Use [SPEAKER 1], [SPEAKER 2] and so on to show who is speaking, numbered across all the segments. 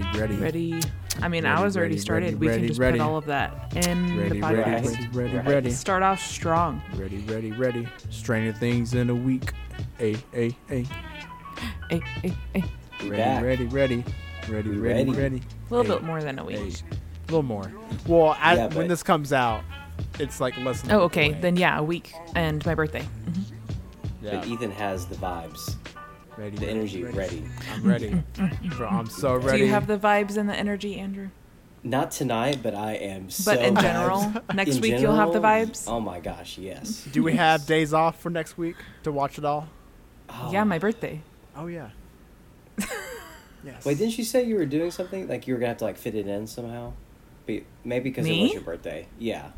[SPEAKER 1] ready. I mean,
[SPEAKER 2] Ready,
[SPEAKER 1] I was already
[SPEAKER 2] ready,
[SPEAKER 1] started.
[SPEAKER 2] ready,
[SPEAKER 1] we
[SPEAKER 2] ready,
[SPEAKER 1] can just
[SPEAKER 2] ready.
[SPEAKER 1] put all of that in
[SPEAKER 2] Ready,
[SPEAKER 1] the
[SPEAKER 2] ready,
[SPEAKER 1] podcast.
[SPEAKER 2] ready, ready,
[SPEAKER 3] Right.
[SPEAKER 2] ready,
[SPEAKER 1] Start off strong.
[SPEAKER 2] ready, ready, ready. Stranger Things in a week. Hey, hey, hey.
[SPEAKER 1] A, a, a
[SPEAKER 3] We back.
[SPEAKER 2] Ready, ready, ready, ready,
[SPEAKER 3] We
[SPEAKER 2] ready,
[SPEAKER 3] ready.
[SPEAKER 2] ready.
[SPEAKER 1] little
[SPEAKER 2] Hey,
[SPEAKER 1] bit more than a week.
[SPEAKER 2] hey. A little more. Well, I,
[SPEAKER 3] Yeah,
[SPEAKER 2] when
[SPEAKER 3] but-
[SPEAKER 2] this comes out, it's like less. Than a
[SPEAKER 1] Oh,
[SPEAKER 2] week
[SPEAKER 1] okay.
[SPEAKER 2] away.
[SPEAKER 1] Then yeah, a week and my birthday.
[SPEAKER 2] Yeah.
[SPEAKER 3] But Ethan has the vibes,
[SPEAKER 2] ready,
[SPEAKER 3] the energy ready.
[SPEAKER 2] I'm ready, bro. I'm so
[SPEAKER 1] Do
[SPEAKER 2] ready.
[SPEAKER 1] you have the vibes and the energy, Andrew?
[SPEAKER 3] Not tonight, but I am so.
[SPEAKER 1] But in
[SPEAKER 3] vibes.
[SPEAKER 1] general, next
[SPEAKER 3] In
[SPEAKER 1] week you'll have the
[SPEAKER 3] general,
[SPEAKER 1] vibes.
[SPEAKER 3] Oh my gosh, yes.
[SPEAKER 2] Do we have days off for next week to watch it all?
[SPEAKER 3] Oh.
[SPEAKER 1] Yeah, my birthday.
[SPEAKER 2] Oh yeah. yes.
[SPEAKER 3] Wait, didn't you say you were doing something? Like you were gonna have to like fit it in somehow? Be- maybe because it
[SPEAKER 1] Me?
[SPEAKER 3] was your birthday. Yeah.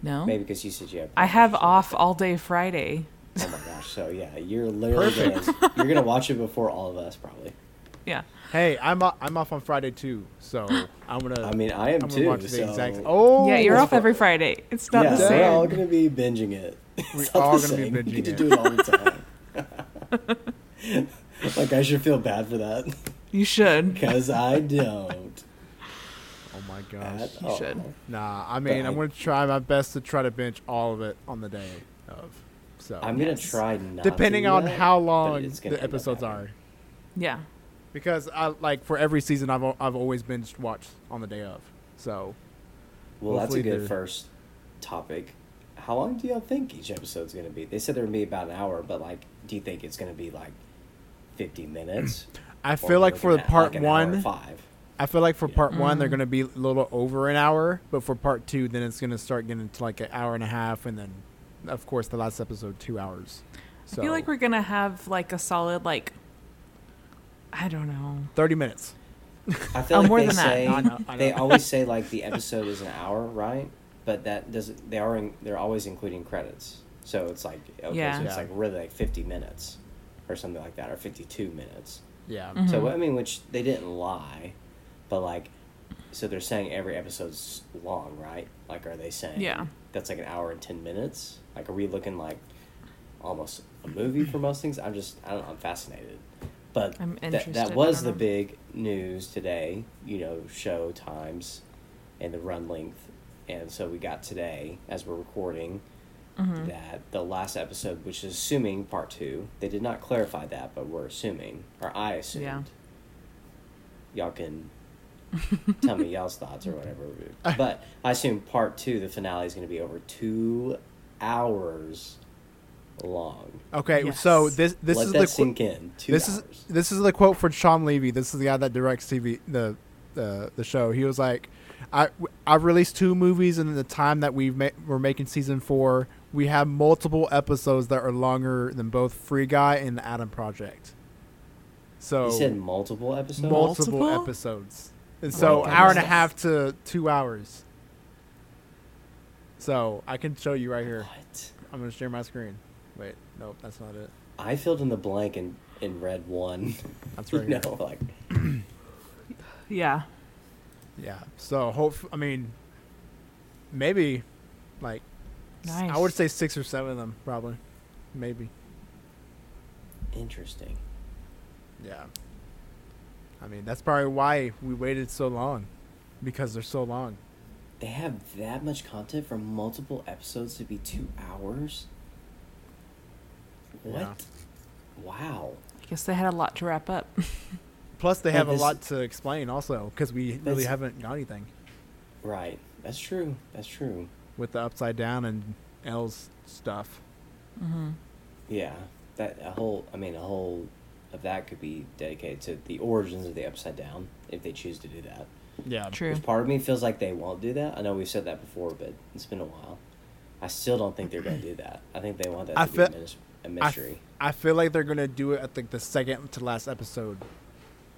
[SPEAKER 1] No,
[SPEAKER 3] Maybe because you said you have.
[SPEAKER 1] I have
[SPEAKER 3] birthday.
[SPEAKER 1] off all day Friday.
[SPEAKER 3] Oh my gosh. So yeah, you're literally gonna, you're gonna watch it before all of us probably.
[SPEAKER 1] Yeah.
[SPEAKER 2] Hey, I'm o- I'm off on Friday too, so I'm gonna.
[SPEAKER 3] I mean, I am
[SPEAKER 2] I'm gonna
[SPEAKER 3] too.
[SPEAKER 2] watch the
[SPEAKER 3] so
[SPEAKER 2] exact. Oh.
[SPEAKER 1] yeah, you're
[SPEAKER 3] it's
[SPEAKER 1] off every
[SPEAKER 3] fr-
[SPEAKER 1] Friday. It's not
[SPEAKER 3] yeah,
[SPEAKER 1] the
[SPEAKER 2] so-
[SPEAKER 3] we're
[SPEAKER 1] same.
[SPEAKER 3] all gonna be binging it. It's
[SPEAKER 2] We're
[SPEAKER 3] not
[SPEAKER 2] all
[SPEAKER 3] the
[SPEAKER 2] gonna be
[SPEAKER 3] same.
[SPEAKER 2] binging
[SPEAKER 3] you get
[SPEAKER 2] it.
[SPEAKER 3] to do it all the time. like I should feel bad for that
[SPEAKER 1] You should.
[SPEAKER 3] because I don't.
[SPEAKER 2] Oh my gosh.
[SPEAKER 3] At
[SPEAKER 1] You
[SPEAKER 3] all.
[SPEAKER 1] should.
[SPEAKER 2] Nah, I mean,
[SPEAKER 3] I-
[SPEAKER 2] I'm gonna try my best to try to bench all of it on the day of. So
[SPEAKER 3] I'm gonna
[SPEAKER 1] Yes.
[SPEAKER 3] try not. to
[SPEAKER 2] depending
[SPEAKER 3] do
[SPEAKER 2] on
[SPEAKER 3] that,
[SPEAKER 2] how
[SPEAKER 3] but
[SPEAKER 2] long
[SPEAKER 3] it's gonna
[SPEAKER 2] the
[SPEAKER 3] end up
[SPEAKER 2] episodes are,
[SPEAKER 3] happening.
[SPEAKER 1] Yeah.
[SPEAKER 2] because I like for every season I've al- I've always binge watched on the day of. So
[SPEAKER 3] Well, that's a
[SPEAKER 2] Hopefully
[SPEAKER 3] good
[SPEAKER 2] they're-
[SPEAKER 3] first topic. How long do y'all think each episode's gonna be? They said there would be about an hour, but like, do you think it's gonna be like fifty minutes?
[SPEAKER 2] I
[SPEAKER 3] Or
[SPEAKER 2] feel
[SPEAKER 3] we're
[SPEAKER 2] like for
[SPEAKER 3] looking at,
[SPEAKER 2] part
[SPEAKER 3] like, an hour and
[SPEAKER 2] one,
[SPEAKER 3] five.
[SPEAKER 2] I feel like for
[SPEAKER 3] Yeah.
[SPEAKER 2] part one
[SPEAKER 1] Mm.
[SPEAKER 2] they're gonna be a little over an hour, but for part two then it's gonna start getting to like an hour and a half, and then of course the last episode two hours. So
[SPEAKER 1] I feel like we're gonna have like a solid like. I don't know.
[SPEAKER 2] thirty minutes.
[SPEAKER 3] I feel
[SPEAKER 1] Oh,
[SPEAKER 3] like
[SPEAKER 1] more
[SPEAKER 3] they
[SPEAKER 1] than that.
[SPEAKER 3] say
[SPEAKER 2] I know, I
[SPEAKER 3] they
[SPEAKER 2] know.
[SPEAKER 3] always say like the episode is an hour, right? But that doesn't. They are. In, they're always including credits, so it's like okay,
[SPEAKER 1] Yeah.
[SPEAKER 3] so it's
[SPEAKER 2] Yeah.
[SPEAKER 3] like really like fifty minutes, or something like that, or fifty-two minutes.
[SPEAKER 2] Yeah.
[SPEAKER 1] Mm-hmm.
[SPEAKER 3] So I mean, which they didn't lie, but like, so they're saying every episode's long, right? Like, are they saying
[SPEAKER 1] Yeah.
[SPEAKER 3] that's like an hour and ten minutes? Like, are we looking like almost a movie for most things? I'm just I don't know. I'm fascinated, but
[SPEAKER 1] I'm
[SPEAKER 3] that
[SPEAKER 1] interested,
[SPEAKER 3] that
[SPEAKER 1] I
[SPEAKER 3] was
[SPEAKER 1] don't
[SPEAKER 3] the
[SPEAKER 1] know.
[SPEAKER 3] big news today. You know, show times, and the run length, and so we got today as we're recording
[SPEAKER 2] Mm-hmm.
[SPEAKER 3] that the last episode, which is assuming part two, they did not clarify that, but we're assuming, or I assumed.
[SPEAKER 1] Yeah.
[SPEAKER 3] Y'all can tell me y'all's thoughts or whatever. But I assume part two, the finale, is going to be over two hours long.
[SPEAKER 2] Okay. So
[SPEAKER 1] Yes.
[SPEAKER 2] this this
[SPEAKER 3] Let
[SPEAKER 2] is
[SPEAKER 3] that
[SPEAKER 2] the qu-
[SPEAKER 3] sink in. Two
[SPEAKER 2] this
[SPEAKER 3] hours.
[SPEAKER 2] is this is the quote from Sean Levy. This is the guy that directs TV the the the show. He was like, I I released two movies, and in the time that we ma- were making season four, we have multiple episodes that are longer than both Free Guy and The Adam Project. So
[SPEAKER 3] you said multiple episodes.
[SPEAKER 2] multiple,
[SPEAKER 1] Multiple? Oh
[SPEAKER 2] episodes, and so
[SPEAKER 3] my
[SPEAKER 2] hour and a
[SPEAKER 1] goodness.
[SPEAKER 2] half to two hours. So I can show you right here.
[SPEAKER 3] What?
[SPEAKER 2] I'm gonna share my screen. Wait, nope, that's not it.
[SPEAKER 3] I filled in the blank and and read one.
[SPEAKER 2] That's
[SPEAKER 3] You
[SPEAKER 2] right here.
[SPEAKER 3] know, like
[SPEAKER 1] Yeah.
[SPEAKER 2] Yeah. So hope I mean maybe like s-
[SPEAKER 1] Nice.
[SPEAKER 2] I would say six or seven of them probably. Maybe.
[SPEAKER 3] interesting.
[SPEAKER 2] Yeah. I mean, that's probably why we waited so long because they're so long.
[SPEAKER 3] They have that much content for multiple episodes to be two hours? What?
[SPEAKER 2] Yeah.
[SPEAKER 3] Wow.
[SPEAKER 1] I guess they had a lot to wrap up.
[SPEAKER 2] Plus they
[SPEAKER 3] Yeah,
[SPEAKER 2] have a
[SPEAKER 3] this-
[SPEAKER 2] lot to explain also cuz we really
[SPEAKER 3] That's-
[SPEAKER 2] haven't got anything
[SPEAKER 3] Right. That's true. That's true.
[SPEAKER 2] with the upside down and L's stuff.
[SPEAKER 3] Yeah. That a whole I mean a whole of that could be dedicated to the origins of the upside down if they choose to do that.
[SPEAKER 2] Yeah.
[SPEAKER 1] True.
[SPEAKER 3] Which part of me feels like they won't do that. I know we've said that before, but it's been a while. I still don't think they're going to do that. I think they want that
[SPEAKER 2] I
[SPEAKER 3] to be a
[SPEAKER 2] feel-
[SPEAKER 3] minis- a
[SPEAKER 2] I, f-
[SPEAKER 3] mystery.
[SPEAKER 2] I feel like they're gonna do it at like the second to last episode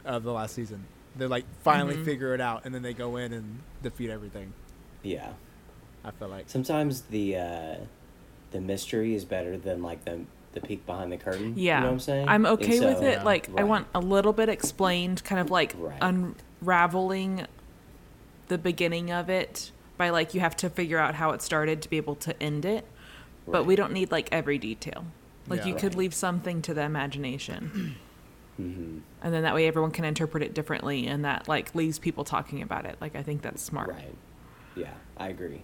[SPEAKER 2] of the last season. They like finally
[SPEAKER 3] Mm-hmm.
[SPEAKER 2] figure it out, and then they go in and defeat everything.
[SPEAKER 3] yeah.
[SPEAKER 2] I feel like
[SPEAKER 3] Sometimes the uh, the mystery is better than like the the peek behind the curtain.
[SPEAKER 1] Yeah.
[SPEAKER 3] you know what I'm saying.
[SPEAKER 1] I'm
[SPEAKER 3] And
[SPEAKER 1] okay with
[SPEAKER 3] so-
[SPEAKER 1] it. Like I
[SPEAKER 3] Right.
[SPEAKER 1] want a little bit explained, kind of like
[SPEAKER 3] Right.
[SPEAKER 1] unraveling the beginning of it by like you have to figure out how it started to be able to end it. But we
[SPEAKER 3] Right.
[SPEAKER 1] don't need like every detail. Like
[SPEAKER 2] Yeah.
[SPEAKER 1] you could
[SPEAKER 3] Right. Mm-hmm.
[SPEAKER 1] leave something to the imagination. and then that way everyone can interpret it differently and that like leaves people talking about it like i think that's smart
[SPEAKER 3] Right. Yeah, I agree.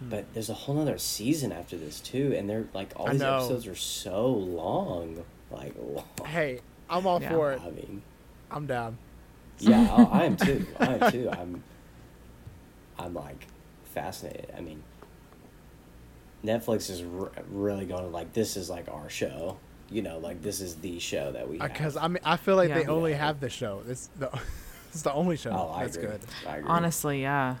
[SPEAKER 2] Hmm.
[SPEAKER 3] But there's a whole other season after this too, and they're like all
[SPEAKER 2] I
[SPEAKER 3] these
[SPEAKER 2] know.
[SPEAKER 3] episodes are so long. Like, wow.
[SPEAKER 2] Hey, I'm all
[SPEAKER 1] Yeah.
[SPEAKER 2] for it.
[SPEAKER 3] I mean,
[SPEAKER 2] I'm down.
[SPEAKER 3] yeah, oh, I am too. I am too. I'm, I'm like fascinated. I mean, Netflix is re- really going to like this is like our show. You know, like this is the show that we. have.
[SPEAKER 2] Because I mean, I feel like they
[SPEAKER 1] Yeah.
[SPEAKER 2] only have this show. It's the it's the only show
[SPEAKER 3] oh, I
[SPEAKER 2] that's
[SPEAKER 3] agree.
[SPEAKER 2] good.
[SPEAKER 3] I agree.
[SPEAKER 1] honestly yeah
[SPEAKER 3] they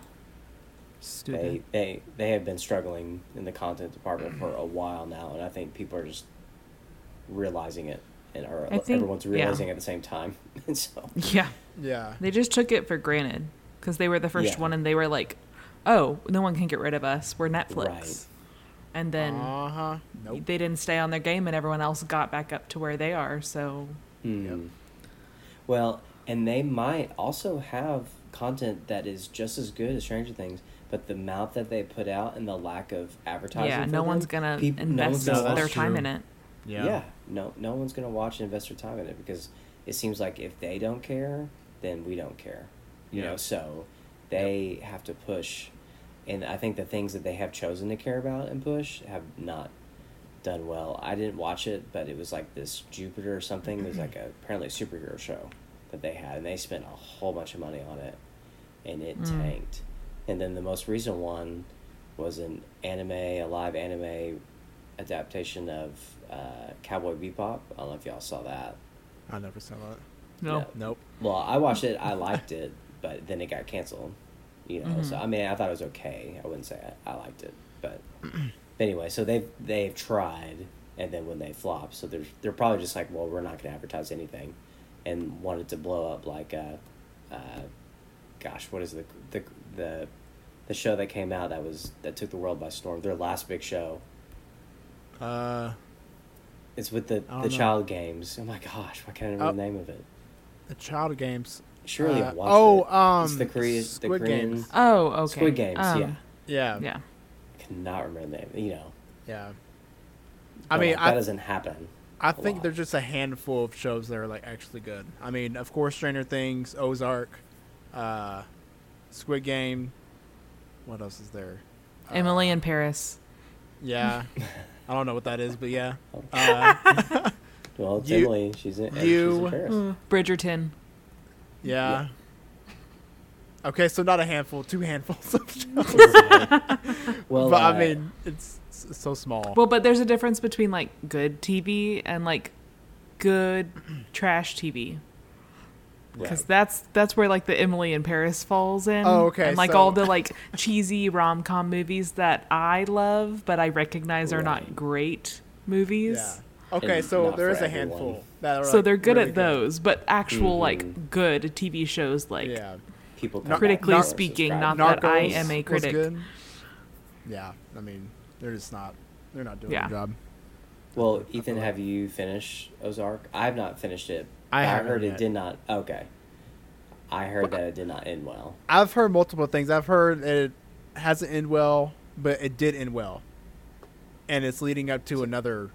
[SPEAKER 1] stupid
[SPEAKER 3] they they have been struggling in the content department for a while now, and I think people are just realizing it, and are
[SPEAKER 1] I think-
[SPEAKER 3] everyone's
[SPEAKER 1] yeah.
[SPEAKER 3] realizing at the same time, and so
[SPEAKER 1] yeah
[SPEAKER 2] Yeah.
[SPEAKER 1] they just took it for granted because they were the first
[SPEAKER 3] Yeah.
[SPEAKER 1] one and they were like oh no one can get rid of us we're netflix
[SPEAKER 3] Right.
[SPEAKER 1] and then
[SPEAKER 2] Uh huh. Nope.
[SPEAKER 1] they didn't stay on their game and everyone else got back up to where they are so
[SPEAKER 3] Mm. Well, and they might also have content that is just as good as Stranger Things, but the amount that they put out and the lack of advertising.
[SPEAKER 1] yeah
[SPEAKER 3] for
[SPEAKER 1] no one's
[SPEAKER 3] them,
[SPEAKER 1] gonna
[SPEAKER 3] peop- no one's
[SPEAKER 1] invest
[SPEAKER 2] gonna
[SPEAKER 3] gonna
[SPEAKER 2] watch
[SPEAKER 1] their
[SPEAKER 2] it.
[SPEAKER 1] time
[SPEAKER 2] True.
[SPEAKER 1] in it
[SPEAKER 3] Yeah. no, no one's gonna watch and invest their time in it because it seems like if they don't care, then we don't care. You
[SPEAKER 4] Yeah.
[SPEAKER 3] know, so they have to push, and I think the things that they have chosen to care about and push have not done well. I didn't watch it, but it was like this Jupiter or something. It was like a, apparently a superhero show that they had, and they spent a whole bunch of money on it, and it tanked. And then the most recent one was an anime, a live anime adaptation of uh, Cowboy Bebop. I don't know if y'all saw that.
[SPEAKER 2] I never saw that.
[SPEAKER 1] no
[SPEAKER 3] Yeah.
[SPEAKER 2] Nope.
[SPEAKER 3] Well, I watched it. I liked it, but then it got canceled. You know, so I mean, I thought it was okay. I wouldn't say I, I liked it, but anyway, so they've they've tried, and then when they flop, so they're they're probably just like, well, we're not gonna advertise anything, and wanted to blow up like, uh, uh, gosh, what is the the the the show that came out that was that took the world by storm? Their last big show.
[SPEAKER 2] Uh,
[SPEAKER 3] It's with the,
[SPEAKER 2] I
[SPEAKER 3] the
[SPEAKER 2] don't know.
[SPEAKER 3] child games. Oh my gosh, why can't I remember
[SPEAKER 2] Oh.
[SPEAKER 3] the name of it?
[SPEAKER 2] the Child Games.
[SPEAKER 3] Surely
[SPEAKER 2] Uh,
[SPEAKER 3] I've watched
[SPEAKER 2] oh,
[SPEAKER 3] it. it's
[SPEAKER 2] um,
[SPEAKER 3] the Korean, the
[SPEAKER 2] Squid
[SPEAKER 3] Korean
[SPEAKER 2] Games.
[SPEAKER 1] oh okay
[SPEAKER 3] Squid Games.
[SPEAKER 1] Um,
[SPEAKER 3] yeah,
[SPEAKER 2] Yeah.
[SPEAKER 1] yeah
[SPEAKER 3] I cannot remember the name. You know,
[SPEAKER 2] Yeah. I
[SPEAKER 3] but,
[SPEAKER 2] mean,
[SPEAKER 3] like, that
[SPEAKER 2] I,
[SPEAKER 3] doesn't happen.
[SPEAKER 2] I
[SPEAKER 3] a
[SPEAKER 2] think
[SPEAKER 3] lot.
[SPEAKER 2] there's just a handful of shows that are like actually good. I mean, of course, Stranger Things, Ozark, uh, Squid Game. What else is there? Uh,
[SPEAKER 1] emily in paris
[SPEAKER 2] Yeah. I don't know what that is, but yeah. Uh,
[SPEAKER 3] Well, it's
[SPEAKER 2] You-
[SPEAKER 3] Emily, she's in, and she's
[SPEAKER 2] you- Mm.
[SPEAKER 3] in Paris.
[SPEAKER 1] bridgerton
[SPEAKER 2] yeah. Okay, so not a handful, two handfuls of shows.
[SPEAKER 3] well,
[SPEAKER 2] but
[SPEAKER 3] uh,
[SPEAKER 2] I mean, it's, s so small.
[SPEAKER 1] Well, but there's a difference between like good TV and like good trash TV. Because
[SPEAKER 3] right.
[SPEAKER 1] that's that's where like the Emily in Paris falls in.
[SPEAKER 2] Oh, okay,
[SPEAKER 1] And like
[SPEAKER 2] so-
[SPEAKER 1] all the like cheesy rom com movies that I love, but I recognize are not
[SPEAKER 3] Right.
[SPEAKER 1] great movies.
[SPEAKER 2] yeah. Okay,
[SPEAKER 3] And
[SPEAKER 2] so
[SPEAKER 3] not
[SPEAKER 2] there
[SPEAKER 3] for
[SPEAKER 2] is a
[SPEAKER 3] everyone.
[SPEAKER 2] handful. That are,
[SPEAKER 1] So
[SPEAKER 2] like,
[SPEAKER 1] they're good
[SPEAKER 2] really
[SPEAKER 1] at those, but actual
[SPEAKER 3] Mhm.
[SPEAKER 1] like good TV shows like
[SPEAKER 2] Mm-hmm. Yeah.
[SPEAKER 3] people come
[SPEAKER 2] Nar-
[SPEAKER 3] back
[SPEAKER 1] critically
[SPEAKER 3] and
[SPEAKER 1] speaking,
[SPEAKER 3] subscribe.
[SPEAKER 1] not that I
[SPEAKER 2] Narcos
[SPEAKER 1] am a
[SPEAKER 2] was
[SPEAKER 1] critic.
[SPEAKER 2] good. Yeah, I mean, they're just not. They're not doing
[SPEAKER 1] Yeah.
[SPEAKER 2] their job.
[SPEAKER 3] Well, Ethan, have you finished Ozark? I've not finished it.
[SPEAKER 2] I haven't
[SPEAKER 3] heard it
[SPEAKER 2] yet.
[SPEAKER 3] did not. Okay, I heard that it did not end well.
[SPEAKER 2] I've heard multiple things. I've heard it hasn't end well, but it did end well, and it's leading up to another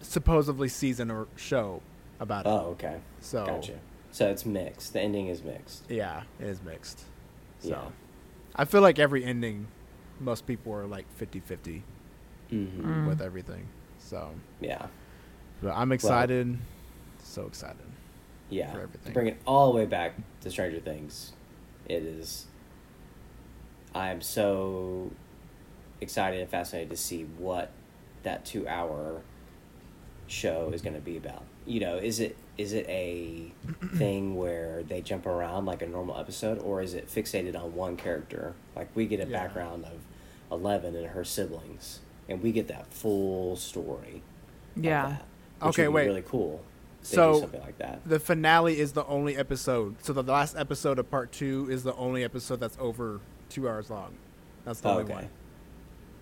[SPEAKER 2] supposedly season or show about it.
[SPEAKER 3] Oh, okay.
[SPEAKER 2] so
[SPEAKER 3] Gotcha. So it's mixed. The ending is mixed.
[SPEAKER 2] yeah, it is mixed. So
[SPEAKER 3] Yeah.
[SPEAKER 2] I feel like every ending, most people are like 50-50
[SPEAKER 3] Mm-hmm.
[SPEAKER 2] with everything. So,
[SPEAKER 3] Yeah.
[SPEAKER 2] but I'm excited, so excited.
[SPEAKER 3] Yeah.
[SPEAKER 2] for
[SPEAKER 3] To
[SPEAKER 2] everything.
[SPEAKER 3] bring it all the way back to Stranger Things, it is. I am so excited and fascinated to see what that two hour show is going to be about. You know, is it is it a thing where they jump around like a normal episode, or is it fixated on one character? Like we get a
[SPEAKER 2] Yeah.
[SPEAKER 3] background of Eleven and her siblings, and we get that full story. of
[SPEAKER 1] Yeah.
[SPEAKER 3] that, which
[SPEAKER 2] Okay,
[SPEAKER 3] would be
[SPEAKER 2] wait.
[SPEAKER 3] Really cool. if They
[SPEAKER 2] So-
[SPEAKER 3] do something like that.
[SPEAKER 2] the finale is the only episode. So the last episode of part two is the only episode that's over two hours long. That's the only
[SPEAKER 3] okay.
[SPEAKER 2] one.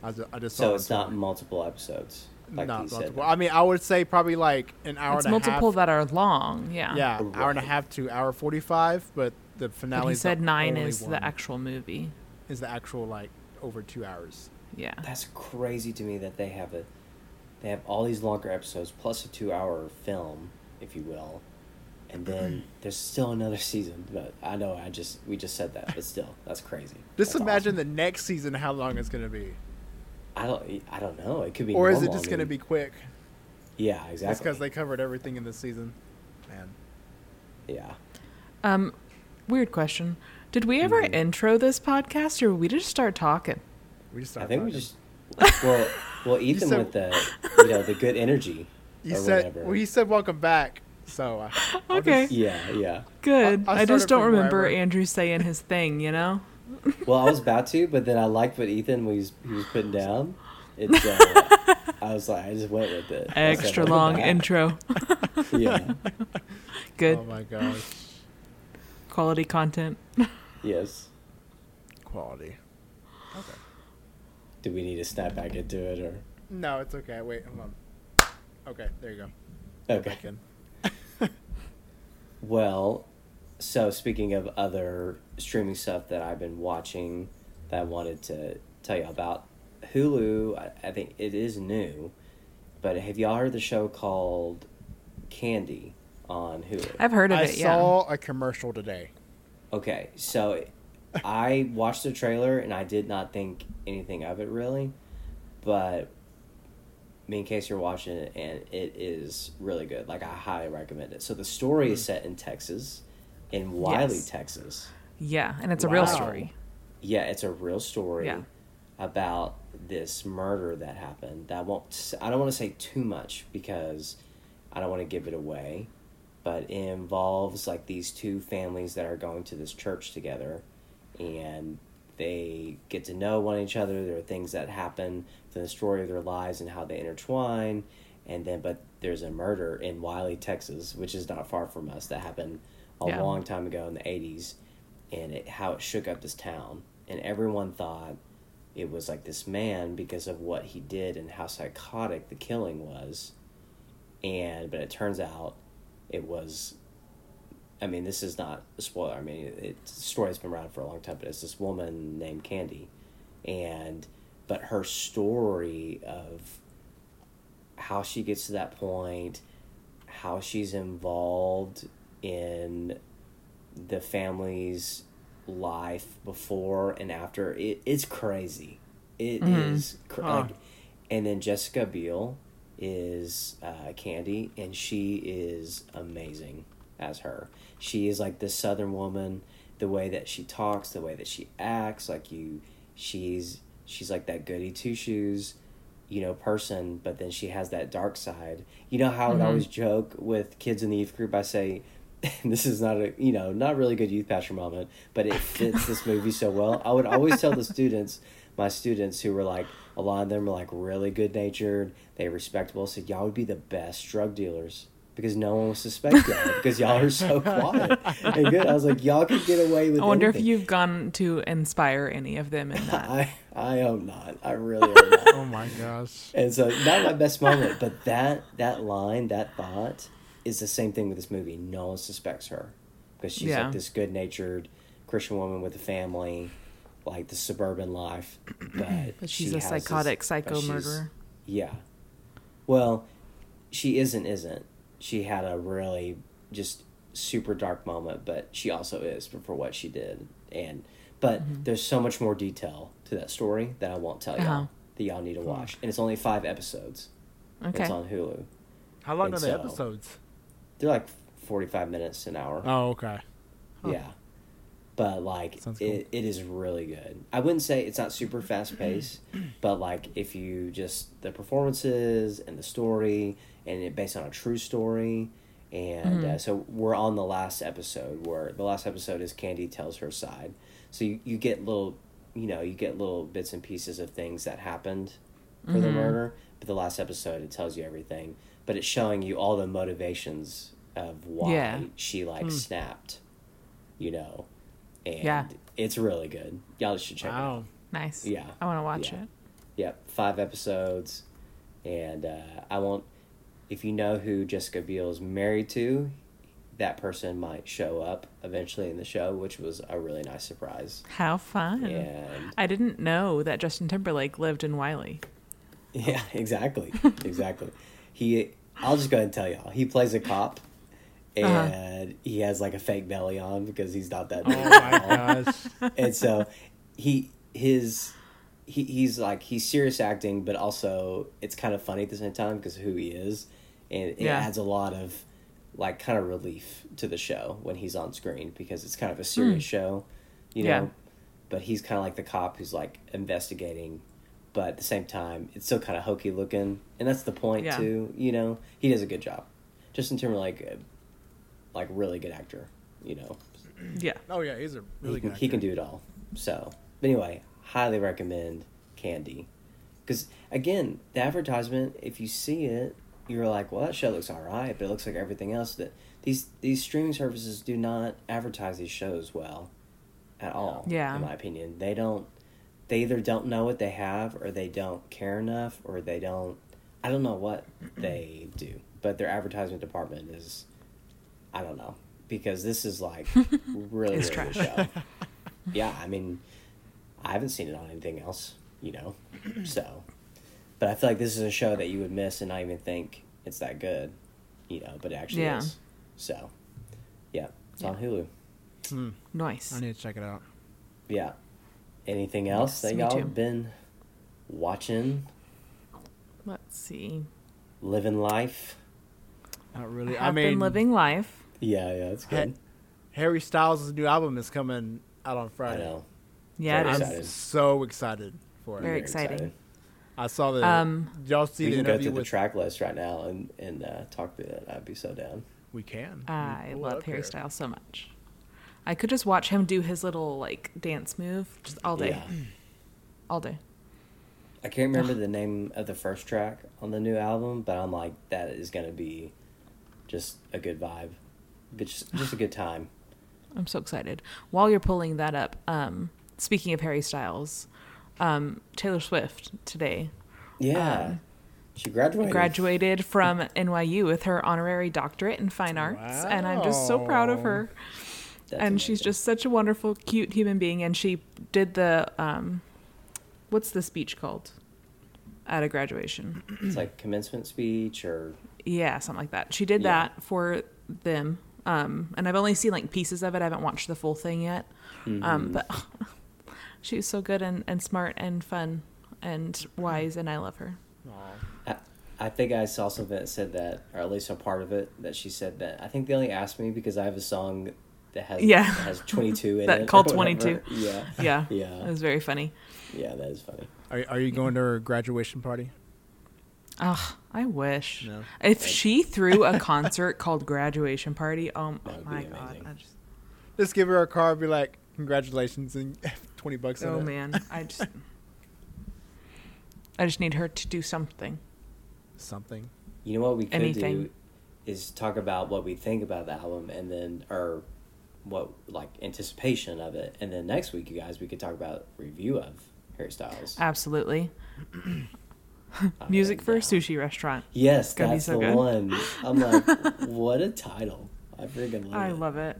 [SPEAKER 2] I just, I just saw
[SPEAKER 3] So
[SPEAKER 2] it
[SPEAKER 3] it's
[SPEAKER 2] on
[SPEAKER 3] not
[SPEAKER 2] Twitter.
[SPEAKER 3] multiple episodes. Like
[SPEAKER 2] not
[SPEAKER 3] you said.
[SPEAKER 2] multiple. I mean, I would say probably like an hour
[SPEAKER 1] It's
[SPEAKER 2] and a
[SPEAKER 1] multiple
[SPEAKER 2] half.
[SPEAKER 1] that are long, yeah.
[SPEAKER 2] yeah, hour and a
[SPEAKER 3] Right.
[SPEAKER 2] half to hour forty-five. But the
[SPEAKER 1] But
[SPEAKER 2] finale.
[SPEAKER 1] he
[SPEAKER 2] is the
[SPEAKER 1] said nine
[SPEAKER 2] only
[SPEAKER 1] is
[SPEAKER 2] one-
[SPEAKER 1] the actual movie.
[SPEAKER 2] is the actual like over two hours.
[SPEAKER 1] Yeah.
[SPEAKER 3] That's crazy to me that they have a, they have all these longer episodes plus a two-hour film, if you will. And then there's still another season, but I know I just we just said that, but still, that's crazy.
[SPEAKER 2] Just
[SPEAKER 3] That's
[SPEAKER 2] imagine
[SPEAKER 3] awesome.
[SPEAKER 2] the next season how long it's going to be,
[SPEAKER 3] I don't I don't know. It could be
[SPEAKER 2] or is it
[SPEAKER 3] normal,
[SPEAKER 2] just
[SPEAKER 3] I
[SPEAKER 2] going to be
[SPEAKER 3] mean-
[SPEAKER 2] quick?
[SPEAKER 3] Yeah,
[SPEAKER 2] That's
[SPEAKER 3] exactly.
[SPEAKER 2] because they covered everything in this season. Man,
[SPEAKER 3] Yeah.
[SPEAKER 1] Um, weird question. Did we ever
[SPEAKER 3] Mhm.
[SPEAKER 1] intro this podcast, or we just start talking?
[SPEAKER 2] we just
[SPEAKER 3] I
[SPEAKER 2] started.
[SPEAKER 3] think we
[SPEAKER 2] talking.
[SPEAKER 3] just well well Ethan
[SPEAKER 2] said-
[SPEAKER 3] with the you know the good energy
[SPEAKER 2] You
[SPEAKER 3] or
[SPEAKER 2] said
[SPEAKER 3] whatever.
[SPEAKER 2] well, you said welcome back. So I- I'll
[SPEAKER 1] Okay.
[SPEAKER 2] just-
[SPEAKER 3] yeah yeah.
[SPEAKER 1] Good.
[SPEAKER 2] I'll
[SPEAKER 1] I just
[SPEAKER 2] start it
[SPEAKER 1] don't
[SPEAKER 2] from
[SPEAKER 1] remember
[SPEAKER 2] wherever.
[SPEAKER 1] Andrew saying his thing. You know.
[SPEAKER 3] Well, I was about to, but then I liked what Ethan was he was putting down. It's uh, I was like I just went with it. I said,
[SPEAKER 1] Extra
[SPEAKER 3] "Welcome
[SPEAKER 1] long
[SPEAKER 3] back."
[SPEAKER 1] intro.
[SPEAKER 3] Yeah.
[SPEAKER 1] Good
[SPEAKER 3] Um,
[SPEAKER 2] Oh my gosh,
[SPEAKER 1] quality content.
[SPEAKER 3] Yes.
[SPEAKER 2] quality. Okay.
[SPEAKER 3] Do we need to snap back into it or?
[SPEAKER 2] No, it's okay. Wait, hold on. Okay, there you go.
[SPEAKER 3] Okay.
[SPEAKER 2] Back in.
[SPEAKER 3] Well, so speaking of other streaming stuff that I've been watching that I wanted to tell you about, Hulu, I, I think it is new, but have y'all heard the show called Candy on Hulu?
[SPEAKER 1] I've heard of
[SPEAKER 2] I
[SPEAKER 1] it.
[SPEAKER 2] saw a commercial today.
[SPEAKER 3] Okay, so I watched the trailer and I did not think anything of it really, but I mean, in case you're watching it, and it is really good. Like I highly recommend it. So the story is set in Texas, in Wiley,
[SPEAKER 1] Hmm. Yes.
[SPEAKER 3] Texas.
[SPEAKER 1] yeah. Yeah, and it's a real
[SPEAKER 3] Wow.
[SPEAKER 1] story.
[SPEAKER 3] Yeah, it's a real story
[SPEAKER 1] Yeah.
[SPEAKER 3] about this murder that happened. That won't. s- I don't want to say too much because I don't want to give it away, but it involves like these two families that are going to this church together, and they get to know one each other. There are things that happen in the story of their lives and how they intertwine, and then but there's a murder in Wiley, Texas, which is not far from us. That happened a
[SPEAKER 1] Yeah.
[SPEAKER 3] long time ago in the eighties and it, how it shook up this town. And everyone thought it was like this man because of what he did and how psychotic the killing was. And but it turns out it was. I mean, this is not a spoiler. I mean, it's a story that's been around for a long time, but it's this woman named Candy, and but her story of how she gets to that point, how she's involved in the family's life before and after. It, it's crazy. It is cr-
[SPEAKER 2] Huh.
[SPEAKER 3] like, and then Jessica Biel is uh, Candy, and she is amazing as her. She is like this Southern woman. The way that she talks, the way that she acts, like you, she's she's like that goody two shoes, you know, person. But then she has that dark side. You know how I
[SPEAKER 1] Mm-hmm.
[SPEAKER 3] would always joke with kids in the youth group. I say, "This is not a you know not really good youth pastor moment," but it fits this movie so well. I would always tell the students my students who were like a lot of them were like really good natured they respectable said y'all would be the best drug dealers because no one would suspect y'all because y'all are so quiet and good i was like y'all could get away with
[SPEAKER 1] I wonder if
[SPEAKER 3] anything."
[SPEAKER 1] you've gone to inspire any of them in that.
[SPEAKER 3] i i hope not i really hope not
[SPEAKER 2] Oh my gosh.
[SPEAKER 3] and so not my best moment but that that line that thought is the same thing with this movie no one suspects her because she's
[SPEAKER 1] Yeah.
[SPEAKER 3] like this good natured christian woman with a family like the suburban life but,
[SPEAKER 1] But she's
[SPEAKER 3] she
[SPEAKER 1] a
[SPEAKER 3] has this-
[SPEAKER 1] psychotic
[SPEAKER 3] but
[SPEAKER 1] psycho
[SPEAKER 3] she's-
[SPEAKER 1] murderer.
[SPEAKER 3] yeah well she isn't isn't she had a really just super dark moment but she also is for, for what she did and but
[SPEAKER 1] Mm-hmm.
[SPEAKER 3] there's so much more detail to that story that i won't tell
[SPEAKER 1] Uh-huh.
[SPEAKER 3] y'all that y'all need to watch and it's only five episodes
[SPEAKER 1] Okay.
[SPEAKER 3] it's on hulu
[SPEAKER 2] How long
[SPEAKER 3] And
[SPEAKER 2] are the
[SPEAKER 3] so-
[SPEAKER 2] episodes?
[SPEAKER 3] they're like 45 minutes an hour
[SPEAKER 2] Oh, okay.
[SPEAKER 3] yeah but like
[SPEAKER 2] Sounds cool.
[SPEAKER 3] it, it is really good i wouldn't say it's not super fast paced but like if you just the performances and the story and it based on a true story and
[SPEAKER 2] Mm-hmm.
[SPEAKER 3] uh, so we're on the last episode where the last episode is candy tells her side so you, you get little you know you get little bits and pieces of things that happened for
[SPEAKER 2] Mm-hmm.
[SPEAKER 3] the murder but the last episode it tells you everything but it's showing you all the motivations of why
[SPEAKER 1] Yeah.
[SPEAKER 3] she like
[SPEAKER 2] Hmm.
[SPEAKER 3] snapped you know, and
[SPEAKER 1] Yeah.
[SPEAKER 3] it's really good. Y'all should check it out.
[SPEAKER 2] Wow.
[SPEAKER 1] nice.
[SPEAKER 3] Yeah,
[SPEAKER 1] I want to watch
[SPEAKER 3] yeah.
[SPEAKER 1] it.
[SPEAKER 3] Yep, five episodes, and uh, I won't. If you know who Jessica Biel is married to, that person might show up eventually in the show, which was a really nice surprise.
[SPEAKER 1] How fun.
[SPEAKER 2] Hmm.
[SPEAKER 3] And
[SPEAKER 1] I didn't know that Justin Timberlake lived in Wiley.
[SPEAKER 3] yeah, exactly, exactly. He, I'll just go ahead and tell y'all. He plays a cop
[SPEAKER 2] Uh-huh.
[SPEAKER 3] and he has like a fake belly on because he's not that big.
[SPEAKER 2] Oh my gosh.
[SPEAKER 3] and so he his he, he's like he's serious acting but also it's kind of funny at the same time because who he is and it
[SPEAKER 1] Yeah.
[SPEAKER 3] adds a lot of like kind of relief to the show when he's on screen because it's kind of a serious show you know
[SPEAKER 1] Hmm. Yeah.
[SPEAKER 3] but he's kind of like the cop who's like investigating but at the same time it's still kind of hokey looking and that's the point
[SPEAKER 1] Yeah.
[SPEAKER 3] too you know he does a good job justin timberlake uh, like really good actor you know
[SPEAKER 1] Yeah.
[SPEAKER 2] Oh yeah, he's a really
[SPEAKER 3] he can,
[SPEAKER 2] good.
[SPEAKER 3] he can
[SPEAKER 2] actor.
[SPEAKER 3] do it all. So, but anyway, highly recommend Candy. Because, again, the advertisement, if you see it, you're like, well, that show looks all right, but it looks like everything else that these, these streaming services do not advertise these shows well at all,
[SPEAKER 1] Yeah.
[SPEAKER 3] in my opinion. They don't, they either don't know what they have, or they don't care enough, or they don't, I don't know what they do, but their advertisement department is, I don't know, because this is like really,
[SPEAKER 1] It's
[SPEAKER 3] really good show. yeah, I mean, I haven't seen it on anything else, you know, so, but I feel like this is a show that you would miss and not even think it's that good, you know, but it actually
[SPEAKER 1] Yeah.
[SPEAKER 3] is. So, yeah, it's on Hulu.
[SPEAKER 1] Nice.
[SPEAKER 2] I need to check it out.
[SPEAKER 3] Yeah. Anything else that
[SPEAKER 1] me
[SPEAKER 3] y'all
[SPEAKER 1] too.
[SPEAKER 3] been watching,
[SPEAKER 1] Let's see.
[SPEAKER 3] living life?
[SPEAKER 2] Not really.
[SPEAKER 1] I've
[SPEAKER 2] I mean,
[SPEAKER 1] been living life.
[SPEAKER 3] Yeah, yeah, it's
[SPEAKER 2] Ha-
[SPEAKER 3] good.
[SPEAKER 2] Harry Styles' new album is coming out on
[SPEAKER 3] I
[SPEAKER 2] Friday.
[SPEAKER 3] know.
[SPEAKER 1] Yeah,
[SPEAKER 3] Very
[SPEAKER 1] it is.
[SPEAKER 3] excited.
[SPEAKER 2] I'm so excited for
[SPEAKER 1] Very
[SPEAKER 2] it.
[SPEAKER 1] exciting.
[SPEAKER 2] I saw the.
[SPEAKER 1] Um,
[SPEAKER 2] did y'all see
[SPEAKER 3] We
[SPEAKER 2] the
[SPEAKER 3] can go through
[SPEAKER 2] interview
[SPEAKER 3] the
[SPEAKER 2] with?
[SPEAKER 3] track list right now and and uh, talk through that. I'd be so down.
[SPEAKER 2] we can.
[SPEAKER 1] I
[SPEAKER 2] Pull it
[SPEAKER 1] love
[SPEAKER 2] up
[SPEAKER 1] Harry
[SPEAKER 2] here.
[SPEAKER 1] Styles so much. I could just watch him do his little like dance move just all day,
[SPEAKER 3] Yeah.
[SPEAKER 1] all day.
[SPEAKER 3] Mm. I can't remember the name of the first track on the new album, but I'm like, that is gonna be just a good vibe, But just just a good time.
[SPEAKER 1] I'm so excited. While you're pulling that up, um, speaking of Harry Styles, um, Taylor Swift today
[SPEAKER 3] Yeah, Uh, she graduated.
[SPEAKER 1] graduated from NYU with her honorary doctorate in fine arts, and I'm just so proud of
[SPEAKER 2] Wow.
[SPEAKER 1] her.
[SPEAKER 3] That's
[SPEAKER 1] and she's
[SPEAKER 3] amazing.
[SPEAKER 1] just such a wonderful, cute human being. And she did the um, what's the speech called at a graduation?
[SPEAKER 3] it's like commencement speech or
[SPEAKER 1] Yeah, something like that. She did
[SPEAKER 3] Yeah.
[SPEAKER 1] that for them. Um, and I've only seen like pieces of it. I haven't watched the full thing yet.
[SPEAKER 3] Mm-hmm.
[SPEAKER 1] Um, but she was so good and, and smart and fun and wise, and I love her.
[SPEAKER 3] I, I think I saw something that said that, or at least a part of it that she said that. I think they only asked me because I have a song that has
[SPEAKER 1] Yeah.
[SPEAKER 3] that has twenty two in
[SPEAKER 1] That
[SPEAKER 3] it. or
[SPEAKER 1] called
[SPEAKER 3] whatever.
[SPEAKER 1] 22.
[SPEAKER 3] Yeah,
[SPEAKER 1] Yeah,
[SPEAKER 3] Yeah.
[SPEAKER 1] it was very funny.
[SPEAKER 3] yeah, that is funny.
[SPEAKER 2] Are, are you going to her graduation party?
[SPEAKER 1] Ugh, I wish.
[SPEAKER 2] No.
[SPEAKER 1] If she threw a concert called Graduation Party, oh
[SPEAKER 3] That would be
[SPEAKER 1] my god,
[SPEAKER 3] amazing.
[SPEAKER 1] I just,
[SPEAKER 2] Just give her a card. Be like, congratulations, and twenty bucks.
[SPEAKER 1] oh
[SPEAKER 2] in it.
[SPEAKER 1] man, I just, I just need her to do something.
[SPEAKER 2] Something.
[SPEAKER 3] You know what we could
[SPEAKER 1] Anything.
[SPEAKER 3] do is talk about what we think about the album, and then or what like anticipation of it, and then next week, you guys, we could talk about review of Harry Styles.
[SPEAKER 1] Uh, Absolutely,
[SPEAKER 3] I
[SPEAKER 1] music
[SPEAKER 3] am
[SPEAKER 1] for a
[SPEAKER 3] down.
[SPEAKER 1] sushi restaurant.
[SPEAKER 3] Yes,
[SPEAKER 1] gonna be
[SPEAKER 3] that's
[SPEAKER 1] so
[SPEAKER 3] the
[SPEAKER 1] good.
[SPEAKER 3] one. I'm like, what a title! I freaking love
[SPEAKER 1] I
[SPEAKER 3] it.
[SPEAKER 1] love it.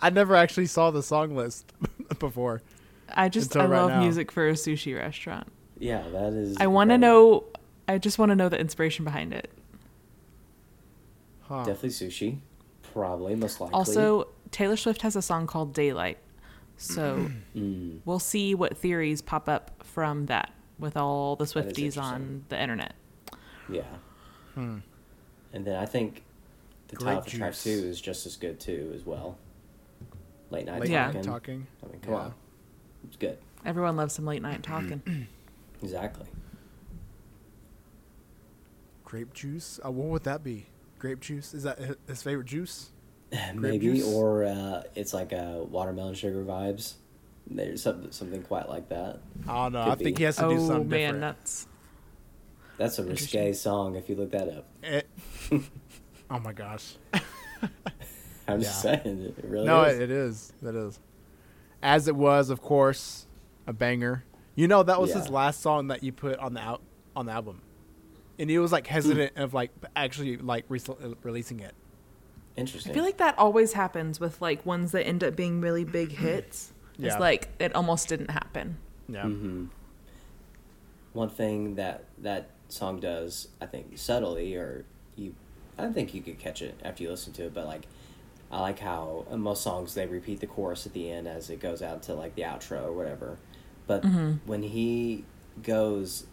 [SPEAKER 2] I never actually saw the song list before.
[SPEAKER 1] I just
[SPEAKER 2] all
[SPEAKER 1] I
[SPEAKER 2] right
[SPEAKER 1] love
[SPEAKER 2] now.
[SPEAKER 1] music for a sushi restaurant.
[SPEAKER 3] Yeah, that is.
[SPEAKER 1] I want to
[SPEAKER 3] incredible.
[SPEAKER 1] know. I just want to know the inspiration behind it.
[SPEAKER 2] Huh.
[SPEAKER 3] Definitely sushi. Probably, most likely.
[SPEAKER 1] Also, Taylor Swift has a song called Daylight. So
[SPEAKER 2] Mm.
[SPEAKER 1] we'll see what theories pop up from that with all the
[SPEAKER 3] That is
[SPEAKER 1] Swifties on
[SPEAKER 3] interesting.
[SPEAKER 1] the internet.
[SPEAKER 3] yeah. And then I think the
[SPEAKER 2] Hmm. Grape
[SPEAKER 3] title for track
[SPEAKER 2] juice.
[SPEAKER 3] two is just as good too, as well. Late night
[SPEAKER 2] Late
[SPEAKER 1] Yeah.
[SPEAKER 2] night talking.
[SPEAKER 3] talking. I mean, come
[SPEAKER 2] Yeah.
[SPEAKER 3] on, it's good.
[SPEAKER 1] Everyone loves some late night talking.
[SPEAKER 3] Exactly.
[SPEAKER 2] Grape juice. Uh, what would that be? Grape juice. Is that hi- his favorite juice?
[SPEAKER 3] Maybe
[SPEAKER 2] juice?
[SPEAKER 3] or uh, it's like a watermelon sugar vibes. There's something something quite like that.
[SPEAKER 2] I don't know. I
[SPEAKER 3] Could
[SPEAKER 2] think
[SPEAKER 3] be.
[SPEAKER 2] he has to do
[SPEAKER 1] oh
[SPEAKER 2] something
[SPEAKER 1] man,
[SPEAKER 2] different.
[SPEAKER 1] that's
[SPEAKER 3] That's a risque song if you look that up.
[SPEAKER 2] It, Eh. oh my gosh.
[SPEAKER 3] I'm just
[SPEAKER 2] Yeah.
[SPEAKER 3] saying it really
[SPEAKER 2] No,
[SPEAKER 3] is.
[SPEAKER 2] it, it is. It is. As it was, of course, a banger. You know that was his
[SPEAKER 3] Yeah.
[SPEAKER 2] last song that you put on the out on the album, and he was
[SPEAKER 3] Hmm.
[SPEAKER 2] like hesitant of like actually like re- releasing it.
[SPEAKER 3] Interesting.
[SPEAKER 1] I feel like that always happens with like ones that end up being really big hits.
[SPEAKER 2] Yeah.
[SPEAKER 1] It's like it almost didn't happen.
[SPEAKER 2] Yeah.
[SPEAKER 3] Mm-hmm. one thing that that song does, I think, subtly or you, I think you could catch it after you listen to it. But like, I like how in most songs they repeat the chorus at the end as it goes out to like the outro or whatever. But
[SPEAKER 2] Mm-hmm.
[SPEAKER 3] when he goes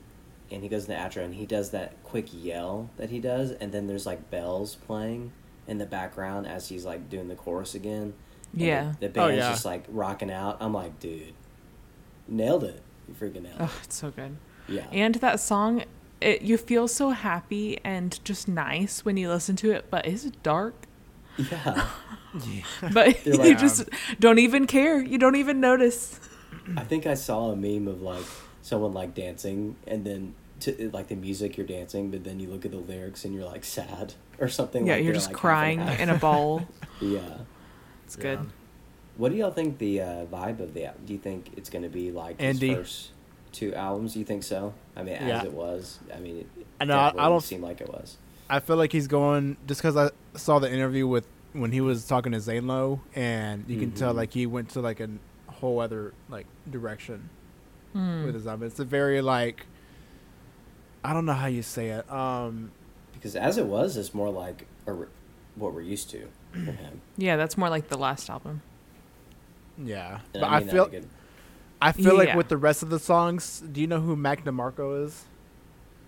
[SPEAKER 3] and he goes in the outro and he does that quick yell that he does, and then there's like bells playing in the background as he's like doing the chorus again. and the-
[SPEAKER 1] Yeah.
[SPEAKER 3] the,
[SPEAKER 2] Oh,
[SPEAKER 3] band's
[SPEAKER 2] yeah.
[SPEAKER 3] just like rocking out. I'm like, dude, nailed it. You freaking nailed
[SPEAKER 1] Oh,
[SPEAKER 3] it.
[SPEAKER 1] it's so good.
[SPEAKER 3] Yeah.
[SPEAKER 1] And that song, it, you feel so happy and just nice when you listen to it, but it's dark.
[SPEAKER 3] yeah.
[SPEAKER 1] But
[SPEAKER 3] You're
[SPEAKER 1] you
[SPEAKER 3] like-
[SPEAKER 1] just don't even care. You don't even notice.
[SPEAKER 3] I think I saw a meme of like someone like dancing and then to like the music you're dancing, but then you look at the lyrics and you're like sad or something.
[SPEAKER 1] yeah,
[SPEAKER 3] like
[SPEAKER 1] you're
[SPEAKER 3] they're,
[SPEAKER 1] just
[SPEAKER 3] like, half
[SPEAKER 1] crying
[SPEAKER 3] and half.
[SPEAKER 1] in a ball.
[SPEAKER 3] Yeah.
[SPEAKER 1] It's good.
[SPEAKER 2] Yeah.
[SPEAKER 3] What do y'all think the uh, vibe of the? al- Do you think it's going to be like his
[SPEAKER 2] Andy.
[SPEAKER 3] first two albums? Do you think so? I mean, as
[SPEAKER 2] Yeah.
[SPEAKER 3] it was. I mean, it
[SPEAKER 2] I know, I- I
[SPEAKER 3] definitely
[SPEAKER 2] don't-
[SPEAKER 3] seem like it was.
[SPEAKER 2] I feel like he's going just because I saw the interview with when he was talking to Zane Lowe, and you can tell
[SPEAKER 3] Mhm.
[SPEAKER 2] like he went to like a whole other like direction
[SPEAKER 1] Hmm.
[SPEAKER 2] with his album. It's a very like I don't know how you say it. Um,
[SPEAKER 3] Because as it was, it's more like a, re- what we're used to from him.
[SPEAKER 1] Yeah, that's more like the last album.
[SPEAKER 2] yeah,
[SPEAKER 3] And
[SPEAKER 2] but I,
[SPEAKER 3] mean that in
[SPEAKER 2] feel
[SPEAKER 3] a good-
[SPEAKER 2] I feel like
[SPEAKER 1] Yeah.
[SPEAKER 2] with the rest of the songs, do you know who Mac DeMarco is?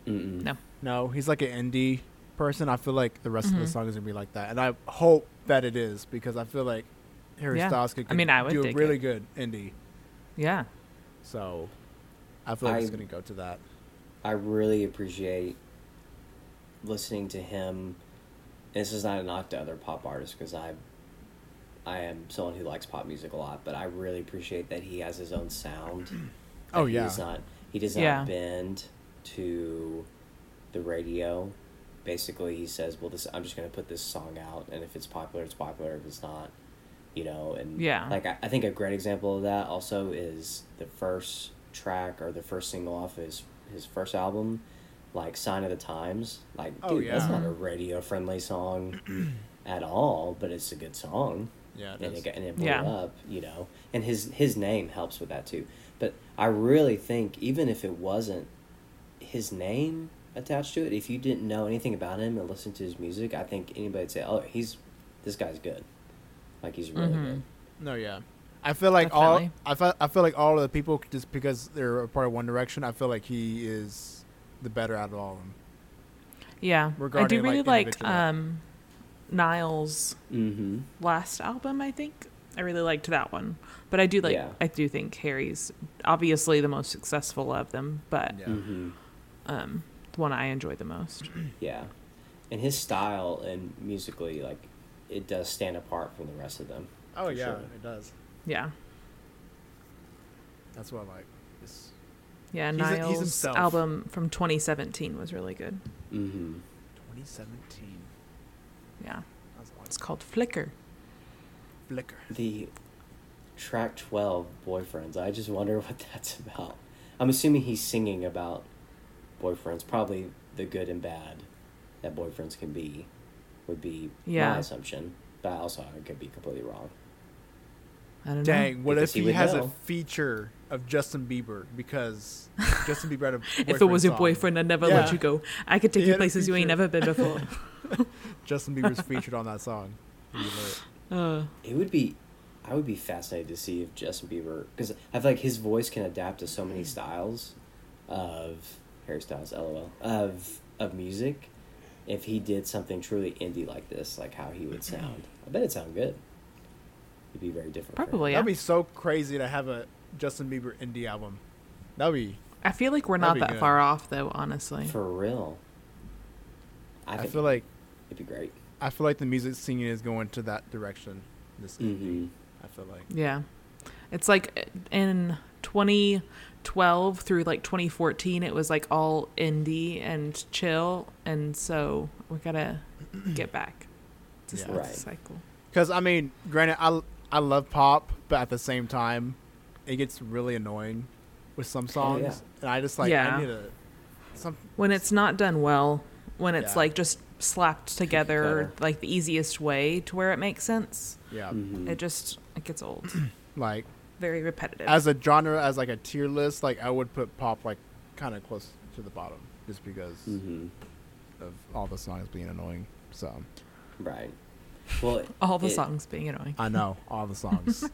[SPEAKER 3] Mm-mm.
[SPEAKER 1] No.
[SPEAKER 2] No, he's like an indie person. I feel like the rest of
[SPEAKER 1] Mm-hmm.
[SPEAKER 2] the song is gonna be like that, and I hope that it is because I feel like Harry
[SPEAKER 1] Yeah.
[SPEAKER 2] Styles could,
[SPEAKER 1] I mean, I would
[SPEAKER 2] do a
[SPEAKER 1] dig
[SPEAKER 2] really
[SPEAKER 1] it.
[SPEAKER 2] good indie.
[SPEAKER 1] Yeah.
[SPEAKER 2] So I feel like it's
[SPEAKER 3] I-
[SPEAKER 2] gonna go to that.
[SPEAKER 3] I really appreciate listening to him. This is not a knock to other pop artists because I, I am someone who likes pop music a lot, but I really appreciate that he has his own sound.
[SPEAKER 2] Oh,
[SPEAKER 3] That
[SPEAKER 2] yeah.
[SPEAKER 3] he does not he does not
[SPEAKER 1] Yeah.
[SPEAKER 3] bend to the radio. Basically, he says, "Well, this I'm just going to put this song out, and if it's popular, it's popular. If it's not, you know." And
[SPEAKER 1] Yeah.
[SPEAKER 3] like I, I think a great example of that also is the first track or the first single off his his first album, like "Sign of the Times." Like,
[SPEAKER 2] Oh,
[SPEAKER 3] dude, that's
[SPEAKER 2] yeah.
[SPEAKER 3] not a radio friendly song at all, but it's a good song
[SPEAKER 2] Yeah, it
[SPEAKER 3] and
[SPEAKER 2] is.
[SPEAKER 3] it, got- and it blew
[SPEAKER 1] Yeah.
[SPEAKER 3] up, you know. And his his name helps with that too. But I really think even if it wasn't his name attached to it, if you didn't know anything about him and listened to his music, I think anybody'd say, "Oh, he's this guy's good. Like he's really good."
[SPEAKER 2] No, yeah. I feel like all
[SPEAKER 1] Definitely.
[SPEAKER 2] I feel, I feel like all of the people just because they're a part of One Direction, I feel like he is the better out of all of them.
[SPEAKER 1] Yeah. I
[SPEAKER 2] Regarding,
[SPEAKER 1] do really
[SPEAKER 2] like,
[SPEAKER 1] like
[SPEAKER 2] individual.
[SPEAKER 1] um, Niles'
[SPEAKER 3] Mm-hmm.
[SPEAKER 1] last album, I think. I really liked that one. But I do like
[SPEAKER 3] Yeah.
[SPEAKER 1] I do think Harry's obviously the most successful of them, but
[SPEAKER 2] Yeah.
[SPEAKER 3] Mm-hmm.
[SPEAKER 1] um the one I enjoy the most.
[SPEAKER 3] Yeah, and his style and musically, like, it does stand apart from the rest of them.
[SPEAKER 2] Oh
[SPEAKER 3] for
[SPEAKER 2] yeah,
[SPEAKER 3] sure.
[SPEAKER 2] it does.
[SPEAKER 1] Yeah.
[SPEAKER 2] That's what I like. It's-
[SPEAKER 1] Yeah,
[SPEAKER 2] He's a- he's
[SPEAKER 1] Niles'
[SPEAKER 2] himself.
[SPEAKER 1] album from 2017 was really good.
[SPEAKER 3] Mm-hmm.
[SPEAKER 2] 2017.
[SPEAKER 1] Yeah.
[SPEAKER 2] That's a lot
[SPEAKER 1] It's called Flicker.
[SPEAKER 2] of flicker.
[SPEAKER 3] The track 12, Boyfriends, I just wonder what that's about. I'm assuming he's singing about boyfriends, probably the good and bad that boyfriends can be, would be
[SPEAKER 1] Yeah.
[SPEAKER 3] my assumption. But I also I could be completely wrong.
[SPEAKER 1] I don't know.
[SPEAKER 2] Dang, what
[SPEAKER 3] Because
[SPEAKER 2] if
[SPEAKER 3] he
[SPEAKER 2] he,
[SPEAKER 3] would
[SPEAKER 2] has
[SPEAKER 3] know.
[SPEAKER 2] a feature of Justin Bieber because Justin Bieber had a
[SPEAKER 1] If it was your
[SPEAKER 2] song.
[SPEAKER 1] boyfriend, I'd never let
[SPEAKER 2] Yeah.
[SPEAKER 1] you go. I could take
[SPEAKER 2] He
[SPEAKER 1] you
[SPEAKER 2] had a
[SPEAKER 1] places you
[SPEAKER 2] feature.
[SPEAKER 1] ain't never been before.
[SPEAKER 2] Justin Bieber's featured on that song. It'd be lit.
[SPEAKER 1] uh,
[SPEAKER 3] It would be, I would be fascinated to see if Justin Bieber, because I feel like his voice can adapt to so many
[SPEAKER 1] Mm.
[SPEAKER 3] styles of Harry Styles, lol, of of music. If he did something truly indie like this, like how he would
[SPEAKER 1] Mm-hmm.
[SPEAKER 3] sound, I bet it would sound good. It'd be very different. for him.
[SPEAKER 1] probably. Yeah.
[SPEAKER 2] That'd be so crazy to have a Justin Bieber indie album. That'd be.
[SPEAKER 1] I feel like we're
[SPEAKER 2] That'd
[SPEAKER 1] not
[SPEAKER 2] be
[SPEAKER 1] that
[SPEAKER 2] good.
[SPEAKER 1] far off though, honestly.
[SPEAKER 3] for real. I,
[SPEAKER 2] I
[SPEAKER 3] think
[SPEAKER 2] feel like
[SPEAKER 3] it'd be great.
[SPEAKER 2] I feel like the music scene is going to that direction. This
[SPEAKER 3] Mm-hmm.
[SPEAKER 2] I feel like.
[SPEAKER 1] Yeah. It's like in 2012 through like 2014, it was like all indie and chill. And so we got to get back to
[SPEAKER 2] Yeah.
[SPEAKER 1] the
[SPEAKER 3] Right.
[SPEAKER 1] cycle.
[SPEAKER 2] Because I mean, granted, I I love pop, but at the same time, it gets really annoying with some songs,
[SPEAKER 3] Oh, yeah.
[SPEAKER 2] and I just like
[SPEAKER 1] Yeah.
[SPEAKER 2] I need a some
[SPEAKER 1] When it's not done well, when it's
[SPEAKER 2] Yeah.
[SPEAKER 1] like just slapped together
[SPEAKER 3] Better.
[SPEAKER 1] like the easiest way to where it makes sense,
[SPEAKER 2] yeah
[SPEAKER 3] Mm-hmm.
[SPEAKER 1] it just it gets old.
[SPEAKER 2] like
[SPEAKER 1] Very repetitive.
[SPEAKER 2] as a genre as like a tier list. Like I would put pop like kind of close to the bottom, just because
[SPEAKER 3] mm-hmm.
[SPEAKER 2] of all the songs being annoying. So
[SPEAKER 3] Right. Well,
[SPEAKER 1] All the
[SPEAKER 3] it-
[SPEAKER 1] songs being annoying.
[SPEAKER 2] I know all the songs.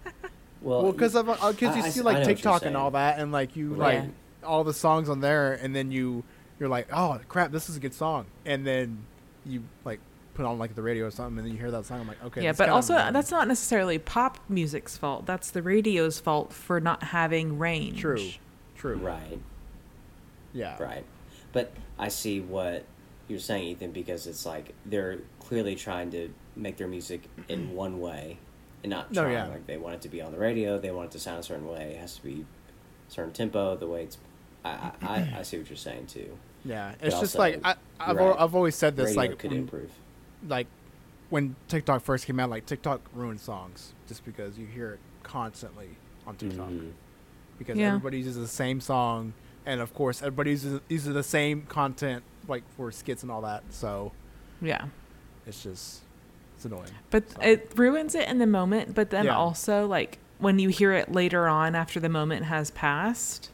[SPEAKER 3] Well,
[SPEAKER 2] well, because of because
[SPEAKER 3] I-
[SPEAKER 2] you
[SPEAKER 3] I-
[SPEAKER 2] see
[SPEAKER 3] I know
[SPEAKER 2] like
[SPEAKER 3] what you're
[SPEAKER 2] TikTok and
[SPEAKER 3] saying.
[SPEAKER 2] all that, and like you
[SPEAKER 3] Right.
[SPEAKER 2] like all the songs on there, and then you you're like, oh crap, this is a good song, and then you like put on like the radio or something, and then you hear that song, I'm like, okay,
[SPEAKER 1] yeah,
[SPEAKER 2] that's
[SPEAKER 1] but
[SPEAKER 2] kinda
[SPEAKER 1] also uh,
[SPEAKER 2] annoying.
[SPEAKER 1] that's not necessarily pop music's fault. That's the radio's fault for not having range.
[SPEAKER 2] true, true,
[SPEAKER 3] right,
[SPEAKER 2] yeah,
[SPEAKER 3] right. But I see what you're saying, Ethan, because it's like they're clearly trying to make their music in one way, and not
[SPEAKER 2] No,
[SPEAKER 3] trying
[SPEAKER 2] Mm-hmm. Oh, yeah.
[SPEAKER 3] like they want it to be on the radio. They want it to sound a certain way. It has to be certain tempo. The way it's. I I, I, I see what you're saying too.
[SPEAKER 2] yeah. It's just
[SPEAKER 3] also,
[SPEAKER 2] like I, I've
[SPEAKER 3] you're
[SPEAKER 2] al-
[SPEAKER 3] right.
[SPEAKER 2] I've always said this
[SPEAKER 3] Radio
[SPEAKER 2] like
[SPEAKER 3] could
[SPEAKER 2] when-
[SPEAKER 3] improve.
[SPEAKER 2] like when TikTok first came out, like TikTok ruined songs just because you hear it constantly on TikTok
[SPEAKER 3] Mhm.
[SPEAKER 2] because
[SPEAKER 1] Yeah.
[SPEAKER 2] everybody uses the same song, and of course everybody uses uses the same content like for skits and all that. So
[SPEAKER 1] Yeah.
[SPEAKER 2] it's just it's annoying.
[SPEAKER 1] But
[SPEAKER 2] So-
[SPEAKER 1] it ruins it in the moment, but then
[SPEAKER 2] Yeah.
[SPEAKER 1] also like when you hear it later on after the moment has passed,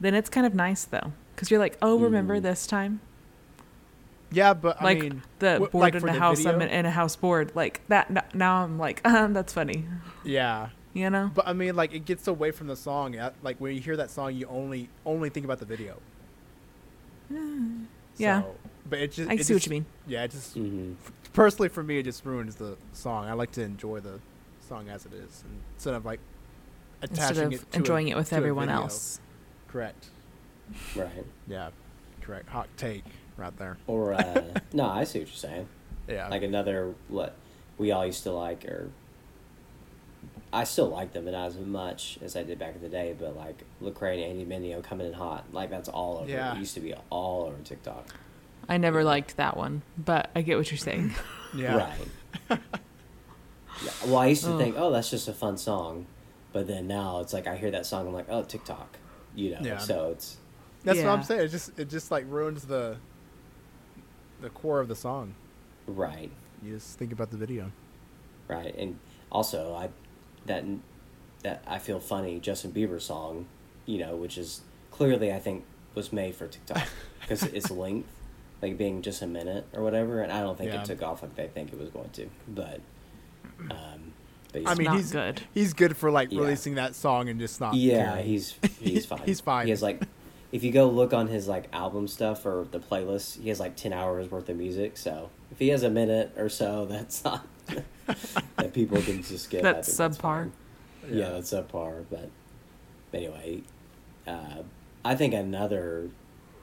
[SPEAKER 1] then it's kind of nice though. Cuz you're like, "Oh, remember
[SPEAKER 3] Mm.
[SPEAKER 1] this time?"
[SPEAKER 2] Yeah, but I
[SPEAKER 1] like
[SPEAKER 2] mean,
[SPEAKER 1] the
[SPEAKER 2] wh-
[SPEAKER 1] board
[SPEAKER 2] like
[SPEAKER 1] in
[SPEAKER 2] for
[SPEAKER 1] the
[SPEAKER 2] the
[SPEAKER 1] house I'm
[SPEAKER 2] video?
[SPEAKER 1] in, in a house board like that n- now I'm like, "Um, that's funny."
[SPEAKER 2] yeah,
[SPEAKER 1] You know?
[SPEAKER 2] but I mean, like it gets away from the song. yeah? Like when you hear that song, you only only think about the video.
[SPEAKER 1] Yeah.
[SPEAKER 2] So, but it just
[SPEAKER 1] I
[SPEAKER 2] it
[SPEAKER 1] see what
[SPEAKER 2] just-
[SPEAKER 1] you mean.
[SPEAKER 2] Yeah, it just
[SPEAKER 3] Mhm.
[SPEAKER 2] personally for me it just ruins the song i like to enjoy the song as it is and instead of like attaching
[SPEAKER 1] Instead of
[SPEAKER 2] it to
[SPEAKER 1] enjoying
[SPEAKER 2] a,
[SPEAKER 1] it with
[SPEAKER 2] to a
[SPEAKER 1] everyone
[SPEAKER 2] video.
[SPEAKER 1] else.
[SPEAKER 2] correct
[SPEAKER 3] Right.
[SPEAKER 2] yeah correct hot take right there
[SPEAKER 3] Or uh, no, I see what you're saying.
[SPEAKER 2] yeah
[SPEAKER 3] like another what we all used to like or I still like them, but not as much as I did back in the day. But like Lecrae and Andy Mineo coming in hot, like that's all over.
[SPEAKER 2] Yeah.
[SPEAKER 3] It used to be all over TikTok.
[SPEAKER 1] I never liked that one, but I get what you're saying.
[SPEAKER 2] yeah
[SPEAKER 3] Right. yeah. Well, I used to think, oh, that's just a fun song, but then now it's like I hear that song, I'm like, oh, TikTok, you know.
[SPEAKER 2] Yeah.
[SPEAKER 3] So it's
[SPEAKER 2] that's what
[SPEAKER 1] Yeah.
[SPEAKER 2] i'm saying it just it just like ruins the the core of the song
[SPEAKER 3] right,
[SPEAKER 2] you just think about the video
[SPEAKER 3] right, and also I that that I feel funny Justin Bieber song, you know, which is clearly I think was made for TikTok because its length, like being just a minute or whatever, and I don't think
[SPEAKER 2] Yeah.
[SPEAKER 3] it took off like they think it was going to. But, um, but
[SPEAKER 2] i
[SPEAKER 3] he's-
[SPEAKER 2] mean
[SPEAKER 1] not
[SPEAKER 2] he's
[SPEAKER 1] good.
[SPEAKER 2] he's good for like
[SPEAKER 3] Yeah.
[SPEAKER 2] releasing that song and just not
[SPEAKER 3] yeah,
[SPEAKER 2] caring.
[SPEAKER 3] he's he's fine.
[SPEAKER 2] He's fine.
[SPEAKER 3] He has like, if you go look on his like album stuff or the playlist, he has like ten hours worth of music. So if he has a minute or so, that's not that people can just skip. I
[SPEAKER 1] That's
[SPEAKER 3] think
[SPEAKER 1] subpar.
[SPEAKER 3] fine. yeah, that's subpar. But anyway, uh, I think another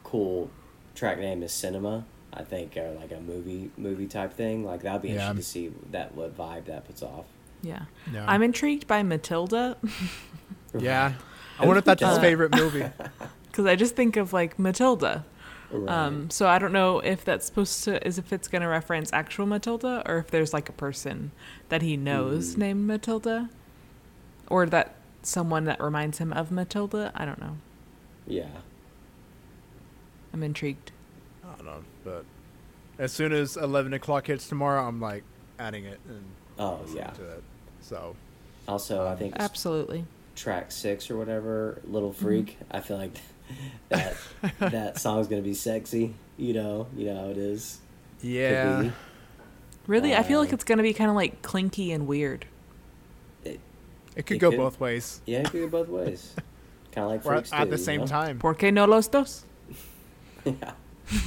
[SPEAKER 3] cool track name is Cinema. I think or like a movie movie type thing. Like that'd be
[SPEAKER 2] Yeah.
[SPEAKER 3] interesting to see that what vibe that puts off.
[SPEAKER 1] Yeah.
[SPEAKER 2] Yeah.
[SPEAKER 1] I'm intrigued by Matilda
[SPEAKER 2] yeah i wonder if that's his
[SPEAKER 1] Uh,
[SPEAKER 2] favorite movie
[SPEAKER 1] because I just think of like Matilda.
[SPEAKER 3] Right.
[SPEAKER 1] Um, so I don't know if that's supposed to is if it's going to reference actual Matilda or if there's like a person that he knows
[SPEAKER 3] Mm.
[SPEAKER 2] Hmm.
[SPEAKER 1] named Matilda, or that someone that reminds him of Matilda. I don't know.
[SPEAKER 3] yeah.
[SPEAKER 1] I'm intrigued.
[SPEAKER 2] I don't know, but as soon as eleven o'clock hits tomorrow, I'm like adding it and
[SPEAKER 3] Oh,
[SPEAKER 2] listening
[SPEAKER 3] yeah.
[SPEAKER 2] to it. So
[SPEAKER 3] Also, I
[SPEAKER 1] um,
[SPEAKER 3] think
[SPEAKER 1] Absolutely.
[SPEAKER 3] track six or whatever, Little Freak. I feel like that that song's gonna be sexy. You know, you know how it is. Could
[SPEAKER 2] yeah,
[SPEAKER 1] Really, I feel like
[SPEAKER 3] Uh,
[SPEAKER 1] it's going to be kind of like clinky and weird.
[SPEAKER 3] be. It,
[SPEAKER 2] it could
[SPEAKER 3] It
[SPEAKER 2] go
[SPEAKER 3] could.
[SPEAKER 2] both ways.
[SPEAKER 3] yeah, it could go both ways. Kind of like
[SPEAKER 2] Or at,
[SPEAKER 3] Freaks
[SPEAKER 2] at
[SPEAKER 3] do,
[SPEAKER 2] the
[SPEAKER 3] you
[SPEAKER 2] same
[SPEAKER 3] know?
[SPEAKER 2] time.
[SPEAKER 1] Por qué no los dos?
[SPEAKER 3] yeah.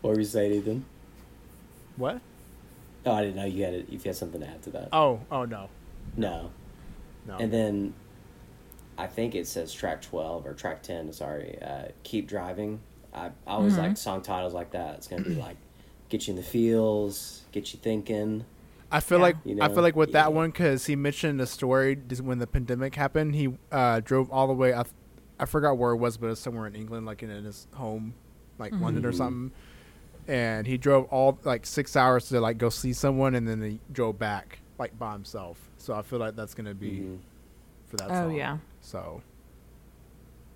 [SPEAKER 3] what were you saying, Ethan?
[SPEAKER 2] What?
[SPEAKER 3] Oh, I didn't know you had it. If you had something to add to that.
[SPEAKER 2] Oh, oh no,
[SPEAKER 3] no.
[SPEAKER 2] no.
[SPEAKER 3] And then, I think it says track twelve or track ten. Sorry, uh, keep driving. I, I
[SPEAKER 1] Mm-hmm.
[SPEAKER 3] always like song titles like that. It's gonna be like, get you in the feels, get you thinking.
[SPEAKER 2] I feel
[SPEAKER 1] Yeah.
[SPEAKER 2] like
[SPEAKER 3] You
[SPEAKER 2] I
[SPEAKER 3] know,
[SPEAKER 2] feel like with
[SPEAKER 3] yeah.
[SPEAKER 2] that one because he mentioned a story just when the pandemic happened. He uh, drove all the way. I, f- I forgot where it was, but it was somewhere in England, like in, in his home, like
[SPEAKER 1] Mm-hmm.
[SPEAKER 2] London or
[SPEAKER 3] Mhm.
[SPEAKER 2] something. And he drove all like six hours to like go see someone, and then he drove back like by himself. So I feel like that's gonna be
[SPEAKER 3] Mhm.
[SPEAKER 2] for that.
[SPEAKER 1] Oh,
[SPEAKER 2] song.
[SPEAKER 1] yeah.
[SPEAKER 2] So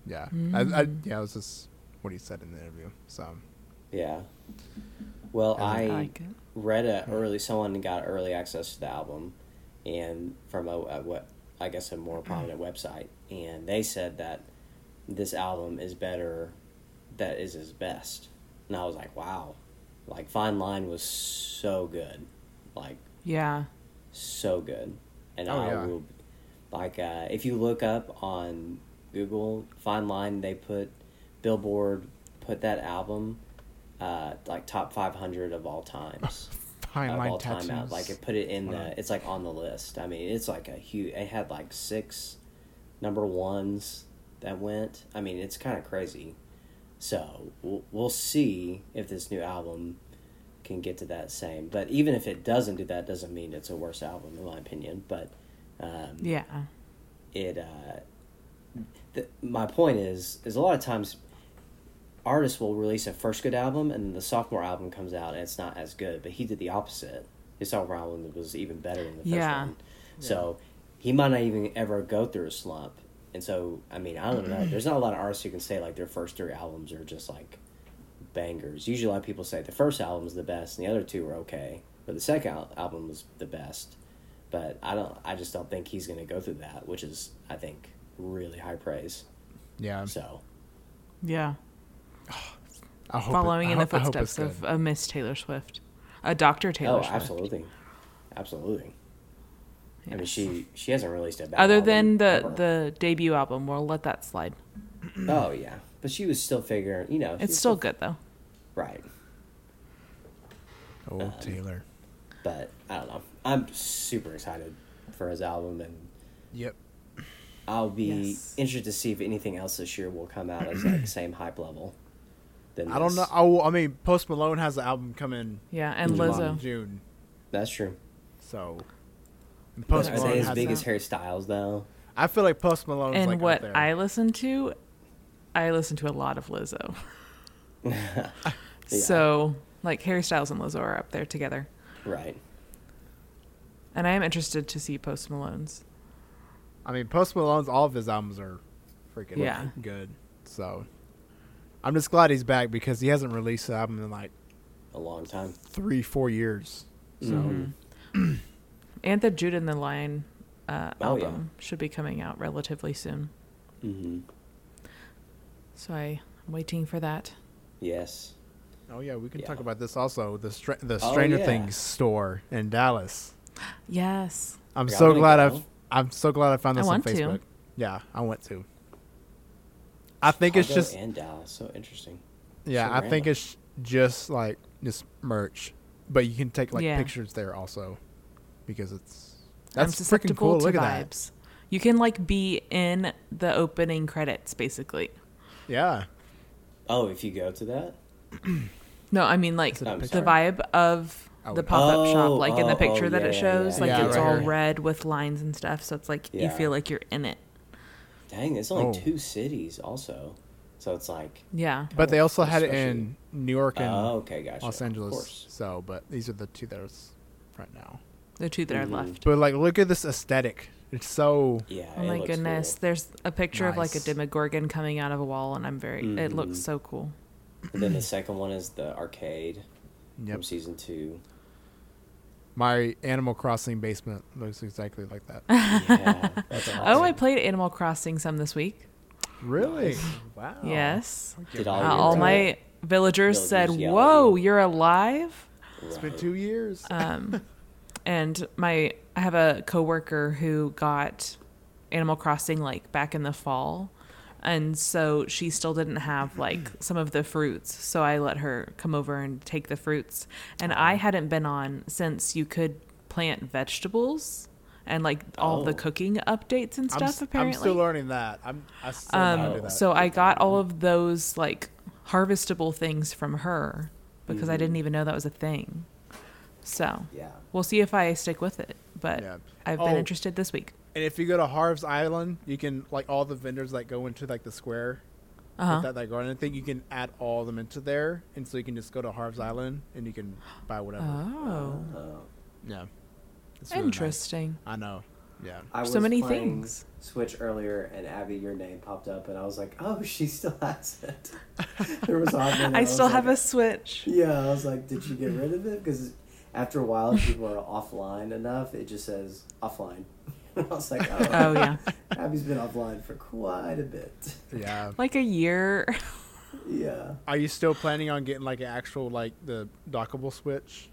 [SPEAKER 2] yeah, I, I,
[SPEAKER 1] Mm.
[SPEAKER 2] yeah, it was just what he said in the interview. So
[SPEAKER 3] Yeah. Well,
[SPEAKER 2] I
[SPEAKER 3] I,
[SPEAKER 1] I like it.
[SPEAKER 3] read a
[SPEAKER 2] Hmm.
[SPEAKER 3] early someone got early access to the album, and from a, a what I guess a
[SPEAKER 2] Hmm.
[SPEAKER 3] more prominent website, and they said that this album is better, that is his best, and I was like, wow, like Fine Line was so good, like
[SPEAKER 1] Yeah.
[SPEAKER 3] so good, and
[SPEAKER 2] Oh,
[SPEAKER 3] I
[SPEAKER 2] yeah.
[SPEAKER 3] will, like, uh, if you look up on Google Fine Line, they put Billboard put that album, uh, like top five hundred of all times.
[SPEAKER 2] Fine
[SPEAKER 3] of
[SPEAKER 2] line
[SPEAKER 3] all
[SPEAKER 2] tattoos.
[SPEAKER 3] time out. Like it put it in
[SPEAKER 2] Wow.
[SPEAKER 3] the. It's like on the list. I mean, it's like a huge. It had like six number ones that went. I mean, it's kind of crazy. So we'll, we'll see if this new album can get to that same. But even if it doesn't do that, doesn't mean it's a worse album in my opinion. But um,
[SPEAKER 1] Yeah.
[SPEAKER 3] it uh, th- my point is is a lot of times artists will release a first good album and then the sophomore album comes out and it's not as good but he did the opposite his sophomore album was even better than the first
[SPEAKER 1] Yeah.
[SPEAKER 3] one so he might not even ever go through a slump and so i mean i don't know there's not a lot of artists who can say like their first three albums are just like bangers usually a lot of people say the first album is the best and the other two were okay but the second al- album was the best but I don't. I just don't think he's going to go through that, which is I think really high praise.
[SPEAKER 2] yeah.
[SPEAKER 3] So
[SPEAKER 1] Yeah.
[SPEAKER 2] I hope it-
[SPEAKER 1] Following
[SPEAKER 2] I
[SPEAKER 1] in the
[SPEAKER 2] hope- I hope it's
[SPEAKER 1] footsteps of
[SPEAKER 2] good.
[SPEAKER 1] a Miss Taylor Swift, a Dr. Taylor
[SPEAKER 3] oh,
[SPEAKER 1] Swift.
[SPEAKER 3] absolutely, absolutely. I mean,
[SPEAKER 1] Yes.
[SPEAKER 3] she she hasn't released a bad
[SPEAKER 1] Other than
[SPEAKER 3] album
[SPEAKER 1] the
[SPEAKER 3] ever.
[SPEAKER 1] the debut album, we'll let that slide.
[SPEAKER 3] oh yeah, but she was still figuring. You know, she
[SPEAKER 1] It's
[SPEAKER 3] was
[SPEAKER 1] still good though.
[SPEAKER 3] right.
[SPEAKER 2] Oh, Taylor.
[SPEAKER 3] But I don't know. I'm super excited for his album, and
[SPEAKER 2] Yep.
[SPEAKER 3] I'll be
[SPEAKER 1] Yes.
[SPEAKER 3] interested to see if anything else this year will come out as like same hype level. Than
[SPEAKER 2] I don't
[SPEAKER 3] this.
[SPEAKER 2] know. I, will- I mean, Post Malone has the album coming
[SPEAKER 1] Yeah, and
[SPEAKER 2] July-
[SPEAKER 1] Lizzo.
[SPEAKER 2] June.
[SPEAKER 3] That's true.
[SPEAKER 2] So, and
[SPEAKER 3] Are
[SPEAKER 2] Post Malone
[SPEAKER 3] they as
[SPEAKER 2] has.
[SPEAKER 3] big
[SPEAKER 2] Big
[SPEAKER 3] as Harry Styles though?
[SPEAKER 2] I feel like Post Malone's
[SPEAKER 1] And
[SPEAKER 2] like up
[SPEAKER 1] what
[SPEAKER 2] there.
[SPEAKER 1] I listen to, I listen to a lot of Lizzo. So like Harry Styles and Lizzo are up there together.
[SPEAKER 3] Right.
[SPEAKER 1] And I am interested to see Post Malone's.
[SPEAKER 2] I mean, Post Malone's all of his albums are freaking
[SPEAKER 1] Yeah.
[SPEAKER 2] good. So, I'm just glad he's back because he hasn't released an album in like
[SPEAKER 3] A long time.
[SPEAKER 2] three, four years. So,
[SPEAKER 1] And the Jude and the Lion uh,
[SPEAKER 3] Oh, yeah.
[SPEAKER 1] album should be coming out relatively soon.
[SPEAKER 3] hmm
[SPEAKER 1] So I'm waiting for that.
[SPEAKER 3] Yes.
[SPEAKER 2] oh yeah, we can talk
[SPEAKER 3] Yeah.
[SPEAKER 2] about this also. The Str- the
[SPEAKER 3] Oh,
[SPEAKER 2] Stranger
[SPEAKER 3] yeah.
[SPEAKER 2] Things store in Dallas.
[SPEAKER 1] Yes.
[SPEAKER 2] I'm
[SPEAKER 3] Yeah, I
[SPEAKER 2] so
[SPEAKER 3] wanna
[SPEAKER 2] glad
[SPEAKER 3] go.
[SPEAKER 2] I've I'm so glad I found
[SPEAKER 1] I
[SPEAKER 2] this on
[SPEAKER 1] want to.
[SPEAKER 2] Facebook. Yeah, I want to. I think it's
[SPEAKER 3] Chicago
[SPEAKER 2] just
[SPEAKER 3] and Dallas. So interesting.
[SPEAKER 2] yeah,
[SPEAKER 3] so
[SPEAKER 2] I think
[SPEAKER 3] random.
[SPEAKER 2] it's just like just merch, but you can take like
[SPEAKER 1] Yeah.
[SPEAKER 2] pictures there also because it's
[SPEAKER 1] I'm
[SPEAKER 2] that's freaking
[SPEAKER 1] susceptible
[SPEAKER 2] cool.
[SPEAKER 1] to
[SPEAKER 2] Look at that.
[SPEAKER 1] vibes. You can like be in the opening credits basically.
[SPEAKER 2] Yeah.
[SPEAKER 3] Oh, if you go to that.
[SPEAKER 1] No, I mean like
[SPEAKER 2] Is it a
[SPEAKER 3] I'm
[SPEAKER 1] the
[SPEAKER 3] picture?
[SPEAKER 1] vibe of
[SPEAKER 2] Oh,
[SPEAKER 1] the
[SPEAKER 2] yeah.
[SPEAKER 1] pop-up
[SPEAKER 3] Oh,
[SPEAKER 1] shop like in
[SPEAKER 3] oh,
[SPEAKER 1] the picture
[SPEAKER 3] oh,
[SPEAKER 1] that it
[SPEAKER 3] yeah, yeah,
[SPEAKER 1] shows
[SPEAKER 3] yeah.
[SPEAKER 1] like
[SPEAKER 2] Yeah,
[SPEAKER 1] it's
[SPEAKER 2] right,
[SPEAKER 1] all
[SPEAKER 2] right.
[SPEAKER 1] red with lines and stuff so it's like you
[SPEAKER 3] Yeah.
[SPEAKER 1] feel like you're in it.
[SPEAKER 3] Dang, it's only
[SPEAKER 2] Oh.
[SPEAKER 3] two cities also. So it's like.
[SPEAKER 1] Yeah.
[SPEAKER 2] But they also had it
[SPEAKER 3] Especially-
[SPEAKER 2] in New York and
[SPEAKER 3] Oh, okay, gotcha.
[SPEAKER 2] Los
[SPEAKER 3] Of
[SPEAKER 2] Angeles.
[SPEAKER 3] course.
[SPEAKER 2] So, but these are the two that are s- right now.
[SPEAKER 1] The two that are
[SPEAKER 3] Mhm.
[SPEAKER 1] left.
[SPEAKER 2] But like look at this aesthetic. It's so
[SPEAKER 3] Yeah.
[SPEAKER 1] Oh
[SPEAKER 3] it
[SPEAKER 1] my
[SPEAKER 3] looks
[SPEAKER 1] goodness. There's a picture of like a
[SPEAKER 2] Nice.
[SPEAKER 1] demogorgon coming out of a wall and I'm very it looks
[SPEAKER 3] Mhm.
[SPEAKER 1] so cool.
[SPEAKER 3] Cool. And then the second one is the arcade
[SPEAKER 2] yep.
[SPEAKER 3] from season two.
[SPEAKER 2] My Animal Crossing basement looks exactly like that.
[SPEAKER 3] Yeah, that's awesome.
[SPEAKER 1] Oh, I played Animal Crossing some this week.
[SPEAKER 2] really? Wow.
[SPEAKER 3] Oh.
[SPEAKER 1] Yes.
[SPEAKER 3] Did all,
[SPEAKER 1] Uh,
[SPEAKER 3] your,
[SPEAKER 1] all
[SPEAKER 3] uh,
[SPEAKER 1] my villagers,
[SPEAKER 3] Villagers
[SPEAKER 1] said,
[SPEAKER 3] yell at
[SPEAKER 1] "Whoa,
[SPEAKER 3] you."
[SPEAKER 1] you're alive!"
[SPEAKER 2] It's been
[SPEAKER 3] right.
[SPEAKER 2] two years.
[SPEAKER 1] Um, and my I have a coworker who got Animal Crossing like back in the fall, and so she still didn't have like some of the fruits. So I let her come over and take the fruits, and I
[SPEAKER 2] Uh-huh.
[SPEAKER 1] hadn't been on since you could plant vegetables and like all the
[SPEAKER 3] Oh.
[SPEAKER 1] cooking updates and
[SPEAKER 2] I'm
[SPEAKER 1] stuff.
[SPEAKER 2] s-
[SPEAKER 1] apparently,
[SPEAKER 2] I'm still learning that. I'm I still
[SPEAKER 1] um,
[SPEAKER 2] don't do that.
[SPEAKER 1] so I got all of those like harvestable things from her because
[SPEAKER 2] Mm-hmm.
[SPEAKER 1] I didn't even know that was a thing. So
[SPEAKER 3] Yeah.
[SPEAKER 1] we'll see if I stick with it, but
[SPEAKER 2] Yeah.
[SPEAKER 1] I've been
[SPEAKER 2] Oh.
[SPEAKER 1] interested this week.
[SPEAKER 2] and if you go to Harv's Island, you can like all the vendors that go into like the square
[SPEAKER 1] Uh-huh.
[SPEAKER 2] with that like garden thing. You can add all of them into there, and so you can just go to Harv's Island and you can buy whatever.
[SPEAKER 1] Oh,
[SPEAKER 3] Oh.
[SPEAKER 2] yeah, It's really nice.
[SPEAKER 1] interesting.
[SPEAKER 2] I know. Yeah.
[SPEAKER 3] I
[SPEAKER 1] So
[SPEAKER 3] was
[SPEAKER 1] many
[SPEAKER 3] playing
[SPEAKER 1] things.
[SPEAKER 3] Switch earlier, and Abby, your name popped up, and I was like, "Oh, she still has it." there was oddly,
[SPEAKER 1] I still have
[SPEAKER 3] a.
[SPEAKER 1] a Switch.
[SPEAKER 3] Yeah, I was like, did you get rid of it? Because after a while, if people are offline enough, it just says offline. I was like, oh,
[SPEAKER 1] Oh yeah,
[SPEAKER 3] Abby's been offline for quite a bit.
[SPEAKER 2] Yeah.
[SPEAKER 1] like a year.
[SPEAKER 3] Yeah.
[SPEAKER 2] Are you still planning on getting like an actual like the dockable switch?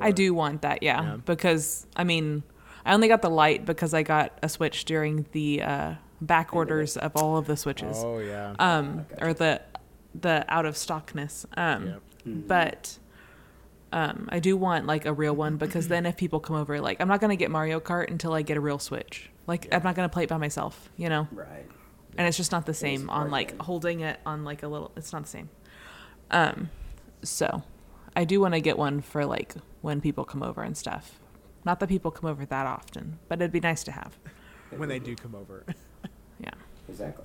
[SPEAKER 1] I
[SPEAKER 2] Or-
[SPEAKER 1] do want that, yeah,
[SPEAKER 2] Yeah.
[SPEAKER 1] Because I mean, I only got the light because I got a switch during the uh, back orders of all of the switches,
[SPEAKER 2] Oh yeah.
[SPEAKER 1] um, or the the out of stockness. Um,
[SPEAKER 2] Yep.
[SPEAKER 1] But um, I do want like a real one because then if people come over, like I'm not gonna get Mario Kart until I get a real Switch. Like I'm not gonna play it by myself, you know.
[SPEAKER 3] Right.
[SPEAKER 1] and it's just not the
[SPEAKER 3] was
[SPEAKER 1] same
[SPEAKER 3] a hard
[SPEAKER 1] on like
[SPEAKER 3] one.
[SPEAKER 1] holding it on like a little it's not the same um so i do want to get one for like when people come over and stuff not that people come over that often but it'd be nice to have
[SPEAKER 2] when they do come over.
[SPEAKER 1] yeah
[SPEAKER 3] Exactly.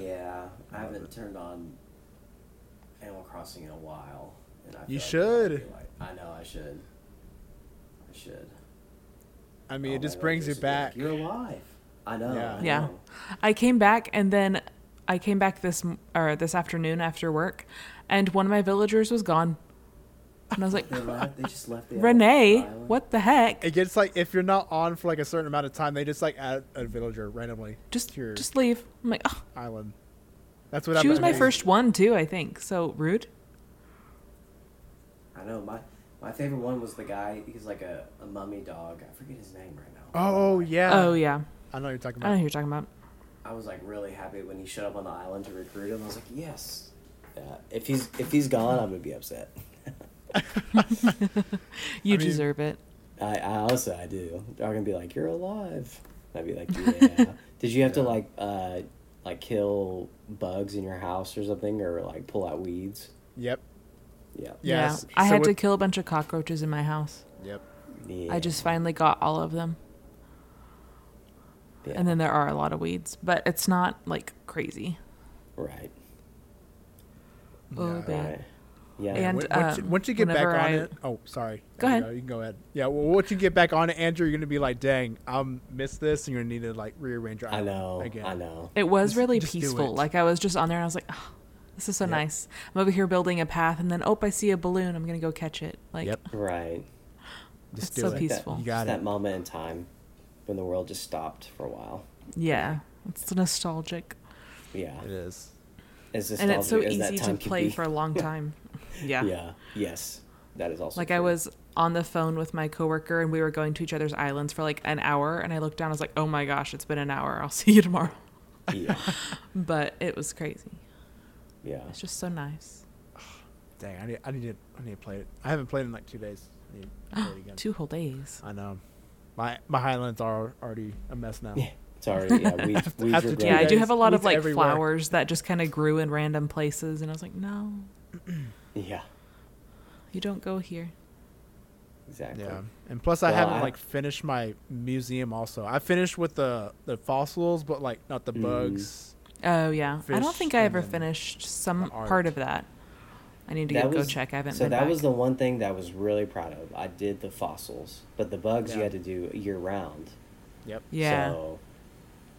[SPEAKER 3] Yeah, I haven't turned on Animal Crossing in a while. And I
[SPEAKER 2] You
[SPEAKER 3] feel like that
[SPEAKER 2] should.
[SPEAKER 3] would be like- I know I should. I should.
[SPEAKER 2] I mean,
[SPEAKER 3] Oh
[SPEAKER 2] it
[SPEAKER 3] my
[SPEAKER 2] just
[SPEAKER 3] God,
[SPEAKER 2] brings you
[SPEAKER 3] there's a-
[SPEAKER 2] back.
[SPEAKER 3] You're alive. I know.
[SPEAKER 2] Yeah.
[SPEAKER 3] I
[SPEAKER 1] yeah
[SPEAKER 3] know.
[SPEAKER 1] i came back and then i came back this m- or this afternoon after work and one of my villagers was gone and i was like
[SPEAKER 3] They left. They just left. The
[SPEAKER 1] renee
[SPEAKER 3] island.
[SPEAKER 1] what the heck
[SPEAKER 2] It gets like if you're not on for like a certain amount of time, they just like add a villager randomly
[SPEAKER 1] just
[SPEAKER 2] to your
[SPEAKER 1] just leave i'm like oh.
[SPEAKER 2] island. That's what
[SPEAKER 1] she was
[SPEAKER 2] happened
[SPEAKER 1] my
[SPEAKER 2] to me.
[SPEAKER 1] first one too i think so rude
[SPEAKER 3] I know. My my favorite one was the guy. He's like a, a mummy dog. I forget his name right now.
[SPEAKER 2] Oh yeah.
[SPEAKER 1] oh yeah
[SPEAKER 2] I know what you're talking
[SPEAKER 1] i know who
[SPEAKER 2] about.
[SPEAKER 1] you're talking about
[SPEAKER 3] I was like really happy when he showed up on the island to recruit him. I was like, yes. Yeah. If he's if he's gone, I'm gonna be upset.
[SPEAKER 1] You
[SPEAKER 2] I mean-
[SPEAKER 1] deserve it.
[SPEAKER 3] I, I also I do. They're gonna be like, "You're alive." I'd be like, "Yeah." Did you have to like uh like kill bugs in your house or something, or like pull out weeds?
[SPEAKER 2] Yep.
[SPEAKER 3] Yeah.
[SPEAKER 2] Yes.
[SPEAKER 1] Yeah. I
[SPEAKER 2] So
[SPEAKER 1] had to
[SPEAKER 2] with-
[SPEAKER 1] kill a bunch of cockroaches in my house.
[SPEAKER 2] Yep.
[SPEAKER 3] Yeah.
[SPEAKER 1] I just finally got all of them.
[SPEAKER 3] Yeah.
[SPEAKER 1] And then there are a lot of weeds, but it's not like crazy.
[SPEAKER 3] right.
[SPEAKER 1] Oh,
[SPEAKER 2] Yeah.
[SPEAKER 1] bad.
[SPEAKER 3] Right. Yeah.
[SPEAKER 1] And,
[SPEAKER 2] When- once, you-
[SPEAKER 1] um,
[SPEAKER 2] once you get back
[SPEAKER 1] whenever
[SPEAKER 2] on
[SPEAKER 1] I-
[SPEAKER 2] it, oh sorry,
[SPEAKER 1] Go
[SPEAKER 2] There you
[SPEAKER 1] ahead.
[SPEAKER 2] You can go ahead. Yeah, well, once you get back on it, Andrew, you're gonna be like, "Dang, I missed this," and you're gonna need to like rearrange your
[SPEAKER 3] I
[SPEAKER 2] island
[SPEAKER 3] know.
[SPEAKER 2] again.
[SPEAKER 3] I know.
[SPEAKER 1] It was
[SPEAKER 2] Just-
[SPEAKER 1] really
[SPEAKER 2] just do
[SPEAKER 1] peaceful.
[SPEAKER 2] it.
[SPEAKER 1] Like I was just on there and I was like, oh, this is so
[SPEAKER 2] Yep.
[SPEAKER 1] nice. I'm over here building a path and then, oh, I see a balloon. I'm going to go catch it. Like,
[SPEAKER 2] Yep.
[SPEAKER 3] Right.
[SPEAKER 2] Just
[SPEAKER 1] It's
[SPEAKER 2] do
[SPEAKER 1] so
[SPEAKER 2] it.
[SPEAKER 1] peaceful.
[SPEAKER 2] You
[SPEAKER 3] Just
[SPEAKER 2] got
[SPEAKER 3] that
[SPEAKER 2] it.
[SPEAKER 3] moment in time when the world just stopped for a while.
[SPEAKER 1] yeah, it's nostalgic.
[SPEAKER 3] Yeah.
[SPEAKER 2] It is.
[SPEAKER 3] As
[SPEAKER 1] And it's so
[SPEAKER 3] nostalgic as that
[SPEAKER 1] easy to
[SPEAKER 3] time can
[SPEAKER 1] play
[SPEAKER 3] be.
[SPEAKER 1] for a long time. Yeah.
[SPEAKER 3] Yeah. Yes. That is also
[SPEAKER 1] Like
[SPEAKER 3] true.
[SPEAKER 1] I was on the phone with my coworker and we were going to each other's islands for like an hour and I looked down I was like, "Oh my gosh, it's been an hour. I'll see you tomorrow."
[SPEAKER 3] Yeah.
[SPEAKER 1] But it was crazy.
[SPEAKER 3] Yeah.
[SPEAKER 1] It's just so nice.
[SPEAKER 2] Dang, I need, I need to, I need to play it. I haven't played it in like two days. I need to play it again.
[SPEAKER 1] Two whole days.
[SPEAKER 2] I know. My my Highlands are already a mess now.
[SPEAKER 3] Sorry. Yeah. We we
[SPEAKER 2] after
[SPEAKER 1] Yeah, I
[SPEAKER 2] days.
[SPEAKER 1] do have a lot of
[SPEAKER 2] Weeds
[SPEAKER 1] like
[SPEAKER 2] everywhere.
[SPEAKER 1] flowers that just kind of grew in random places and I was like, "No,
[SPEAKER 3] Yeah.
[SPEAKER 1] you don't go here."
[SPEAKER 3] Exactly.
[SPEAKER 2] Yeah, and plus I
[SPEAKER 3] Well,
[SPEAKER 2] haven't
[SPEAKER 3] I-
[SPEAKER 2] like finished my museum. Also, I finished with the the fossils, but like not the
[SPEAKER 3] Mm.
[SPEAKER 2] bugs.
[SPEAKER 1] Oh yeah. I don't
[SPEAKER 2] Fish
[SPEAKER 1] think I
[SPEAKER 2] and
[SPEAKER 1] ever
[SPEAKER 2] then
[SPEAKER 1] finished some
[SPEAKER 2] the art.
[SPEAKER 1] part of that. I need to
[SPEAKER 3] That
[SPEAKER 1] go, go
[SPEAKER 3] was-
[SPEAKER 1] check. I haven't
[SPEAKER 3] So
[SPEAKER 1] been
[SPEAKER 3] that
[SPEAKER 1] back.
[SPEAKER 3] was the one thing that I was really proud of. I did the fossils, but the bugs you
[SPEAKER 2] Yeah.
[SPEAKER 3] had to do year round.
[SPEAKER 2] Yep.
[SPEAKER 1] Yeah.
[SPEAKER 3] So,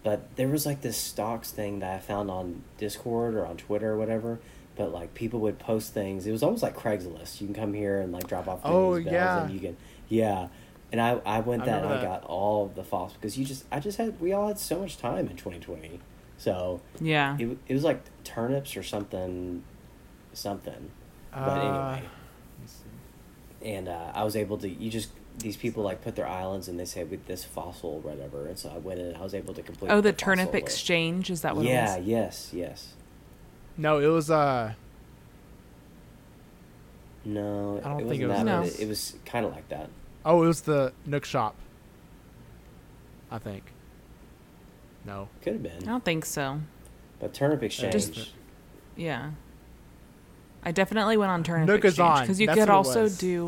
[SPEAKER 3] but there was like this stocks thing that I found on Discord or on Twitter or whatever. But like people would post things. It was almost like Craigslist. You can come here and like drop off things,
[SPEAKER 2] Oh,
[SPEAKER 3] bells,
[SPEAKER 2] yeah.
[SPEAKER 3] and you can yeah. And I, I went
[SPEAKER 2] I
[SPEAKER 3] that and
[SPEAKER 2] remember
[SPEAKER 3] I
[SPEAKER 2] that.
[SPEAKER 3] got all of the fossils because you just I just had we all had so much time in twenty twenty. So
[SPEAKER 1] yeah.
[SPEAKER 3] it, it was like turnips or something something. But
[SPEAKER 2] Uh,
[SPEAKER 3] anyway. and uh, I was able to. You just these people like put their islands and they say with this fossil or whatever, and so I went and I was able to complete.
[SPEAKER 1] Oh, the
[SPEAKER 3] fossil
[SPEAKER 1] turnip
[SPEAKER 3] list.
[SPEAKER 1] exchange is that what
[SPEAKER 3] Yeah.
[SPEAKER 1] it was?
[SPEAKER 3] Yes. Yes.
[SPEAKER 2] No, it was uh.
[SPEAKER 3] No.
[SPEAKER 2] I don't
[SPEAKER 3] it
[SPEAKER 2] think it
[SPEAKER 3] wasn't
[SPEAKER 2] was
[SPEAKER 3] that,
[SPEAKER 1] No.
[SPEAKER 3] but It, it was kind of like that.
[SPEAKER 2] Oh, it was the Nook Shop. I think. No.
[SPEAKER 3] Could have
[SPEAKER 1] I
[SPEAKER 3] been.
[SPEAKER 1] don't think so.
[SPEAKER 3] But turnip exchange.
[SPEAKER 2] Just-
[SPEAKER 1] Yeah. I definitely went on turnip
[SPEAKER 2] Nook is on.
[SPEAKER 1] because you
[SPEAKER 2] That's
[SPEAKER 1] could
[SPEAKER 2] what it
[SPEAKER 1] also
[SPEAKER 2] was.
[SPEAKER 1] do.
[SPEAKER 2] It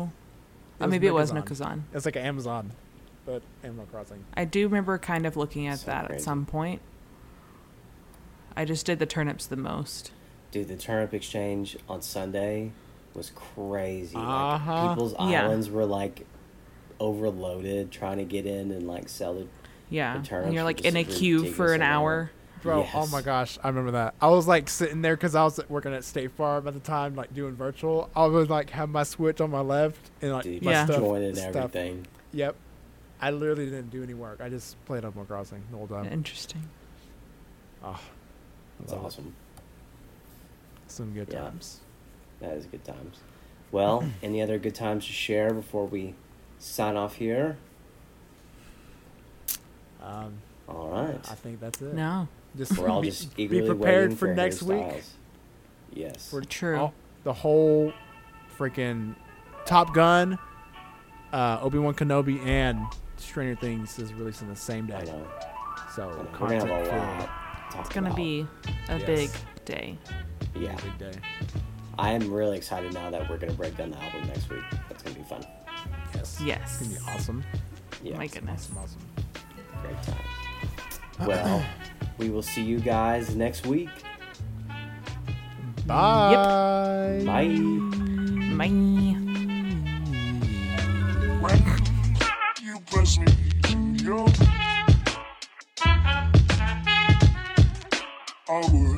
[SPEAKER 1] Oh,
[SPEAKER 2] was
[SPEAKER 1] maybe it
[SPEAKER 2] Nook is
[SPEAKER 1] was
[SPEAKER 2] on.
[SPEAKER 1] Nookazon.
[SPEAKER 2] It's like an Amazon, but Animal Crossing.
[SPEAKER 1] I do remember kind of looking at
[SPEAKER 3] So
[SPEAKER 1] that at
[SPEAKER 3] crazy.
[SPEAKER 1] some point. I just did the turnips the most.
[SPEAKER 3] Dude, the turnip exchange on Sunday was crazy.
[SPEAKER 2] Uh-huh.
[SPEAKER 3] Like, people's
[SPEAKER 1] Yeah.
[SPEAKER 3] islands were like overloaded trying to get in and like sell the
[SPEAKER 1] Yeah,
[SPEAKER 3] turnips
[SPEAKER 1] and you're
[SPEAKER 3] were
[SPEAKER 1] like
[SPEAKER 3] just
[SPEAKER 1] in a queue
[SPEAKER 3] ridiculous
[SPEAKER 1] for an
[SPEAKER 3] amount.
[SPEAKER 1] hour.
[SPEAKER 2] Bro, oh my
[SPEAKER 3] Yes.
[SPEAKER 2] gosh, I remember that. I was like sitting there because I was working at State Farm at the time, like doing virtual. I would like have my Switch on my left and like
[SPEAKER 3] Dude,
[SPEAKER 2] my
[SPEAKER 1] Yeah.
[SPEAKER 2] stuff.
[SPEAKER 3] join and
[SPEAKER 2] stuff.
[SPEAKER 3] everything.
[SPEAKER 2] Yep. I literally didn't do any work. I just played Animal Crossing the whole time.
[SPEAKER 1] Interesting.
[SPEAKER 2] Oh,
[SPEAKER 3] It's
[SPEAKER 2] love it.
[SPEAKER 3] awesome.
[SPEAKER 2] Some good
[SPEAKER 3] Yeah.
[SPEAKER 2] times.
[SPEAKER 3] That is good times. Well, any other good times to share before we sign off here?
[SPEAKER 4] Um,
[SPEAKER 3] All right.
[SPEAKER 4] I think that's it.
[SPEAKER 1] No,
[SPEAKER 2] Just
[SPEAKER 3] We're all
[SPEAKER 2] be-
[SPEAKER 3] just eagerly
[SPEAKER 2] prepared
[SPEAKER 3] waiting
[SPEAKER 2] for
[SPEAKER 3] Harry
[SPEAKER 2] next week.
[SPEAKER 3] Styles. Yes.
[SPEAKER 2] We're-
[SPEAKER 1] true.
[SPEAKER 2] all- the whole freaking Top Gun, uh, Obi Wan Kenobi, and Stranger Things is released on the same
[SPEAKER 3] I
[SPEAKER 2] day.
[SPEAKER 3] know.
[SPEAKER 2] So
[SPEAKER 3] I know. We're gonna
[SPEAKER 2] content
[SPEAKER 3] have a
[SPEAKER 2] filled.
[SPEAKER 3] lot. to talk
[SPEAKER 1] It's gonna
[SPEAKER 3] about.
[SPEAKER 1] be a
[SPEAKER 4] Yes.
[SPEAKER 1] big day.
[SPEAKER 3] Yeah,
[SPEAKER 4] Big day.
[SPEAKER 3] I am really excited now that we're gonna break down the album next week. That's gonna be fun.
[SPEAKER 2] Yes.
[SPEAKER 1] Yes.
[SPEAKER 2] It's gonna be awesome.
[SPEAKER 3] Yeah.
[SPEAKER 1] My goodness.
[SPEAKER 2] Awesome. Awesome.
[SPEAKER 3] Great times. Well, we will see you guys next week.
[SPEAKER 2] Bye.
[SPEAKER 3] Bye.
[SPEAKER 1] Bye.
[SPEAKER 5] You press me to your I would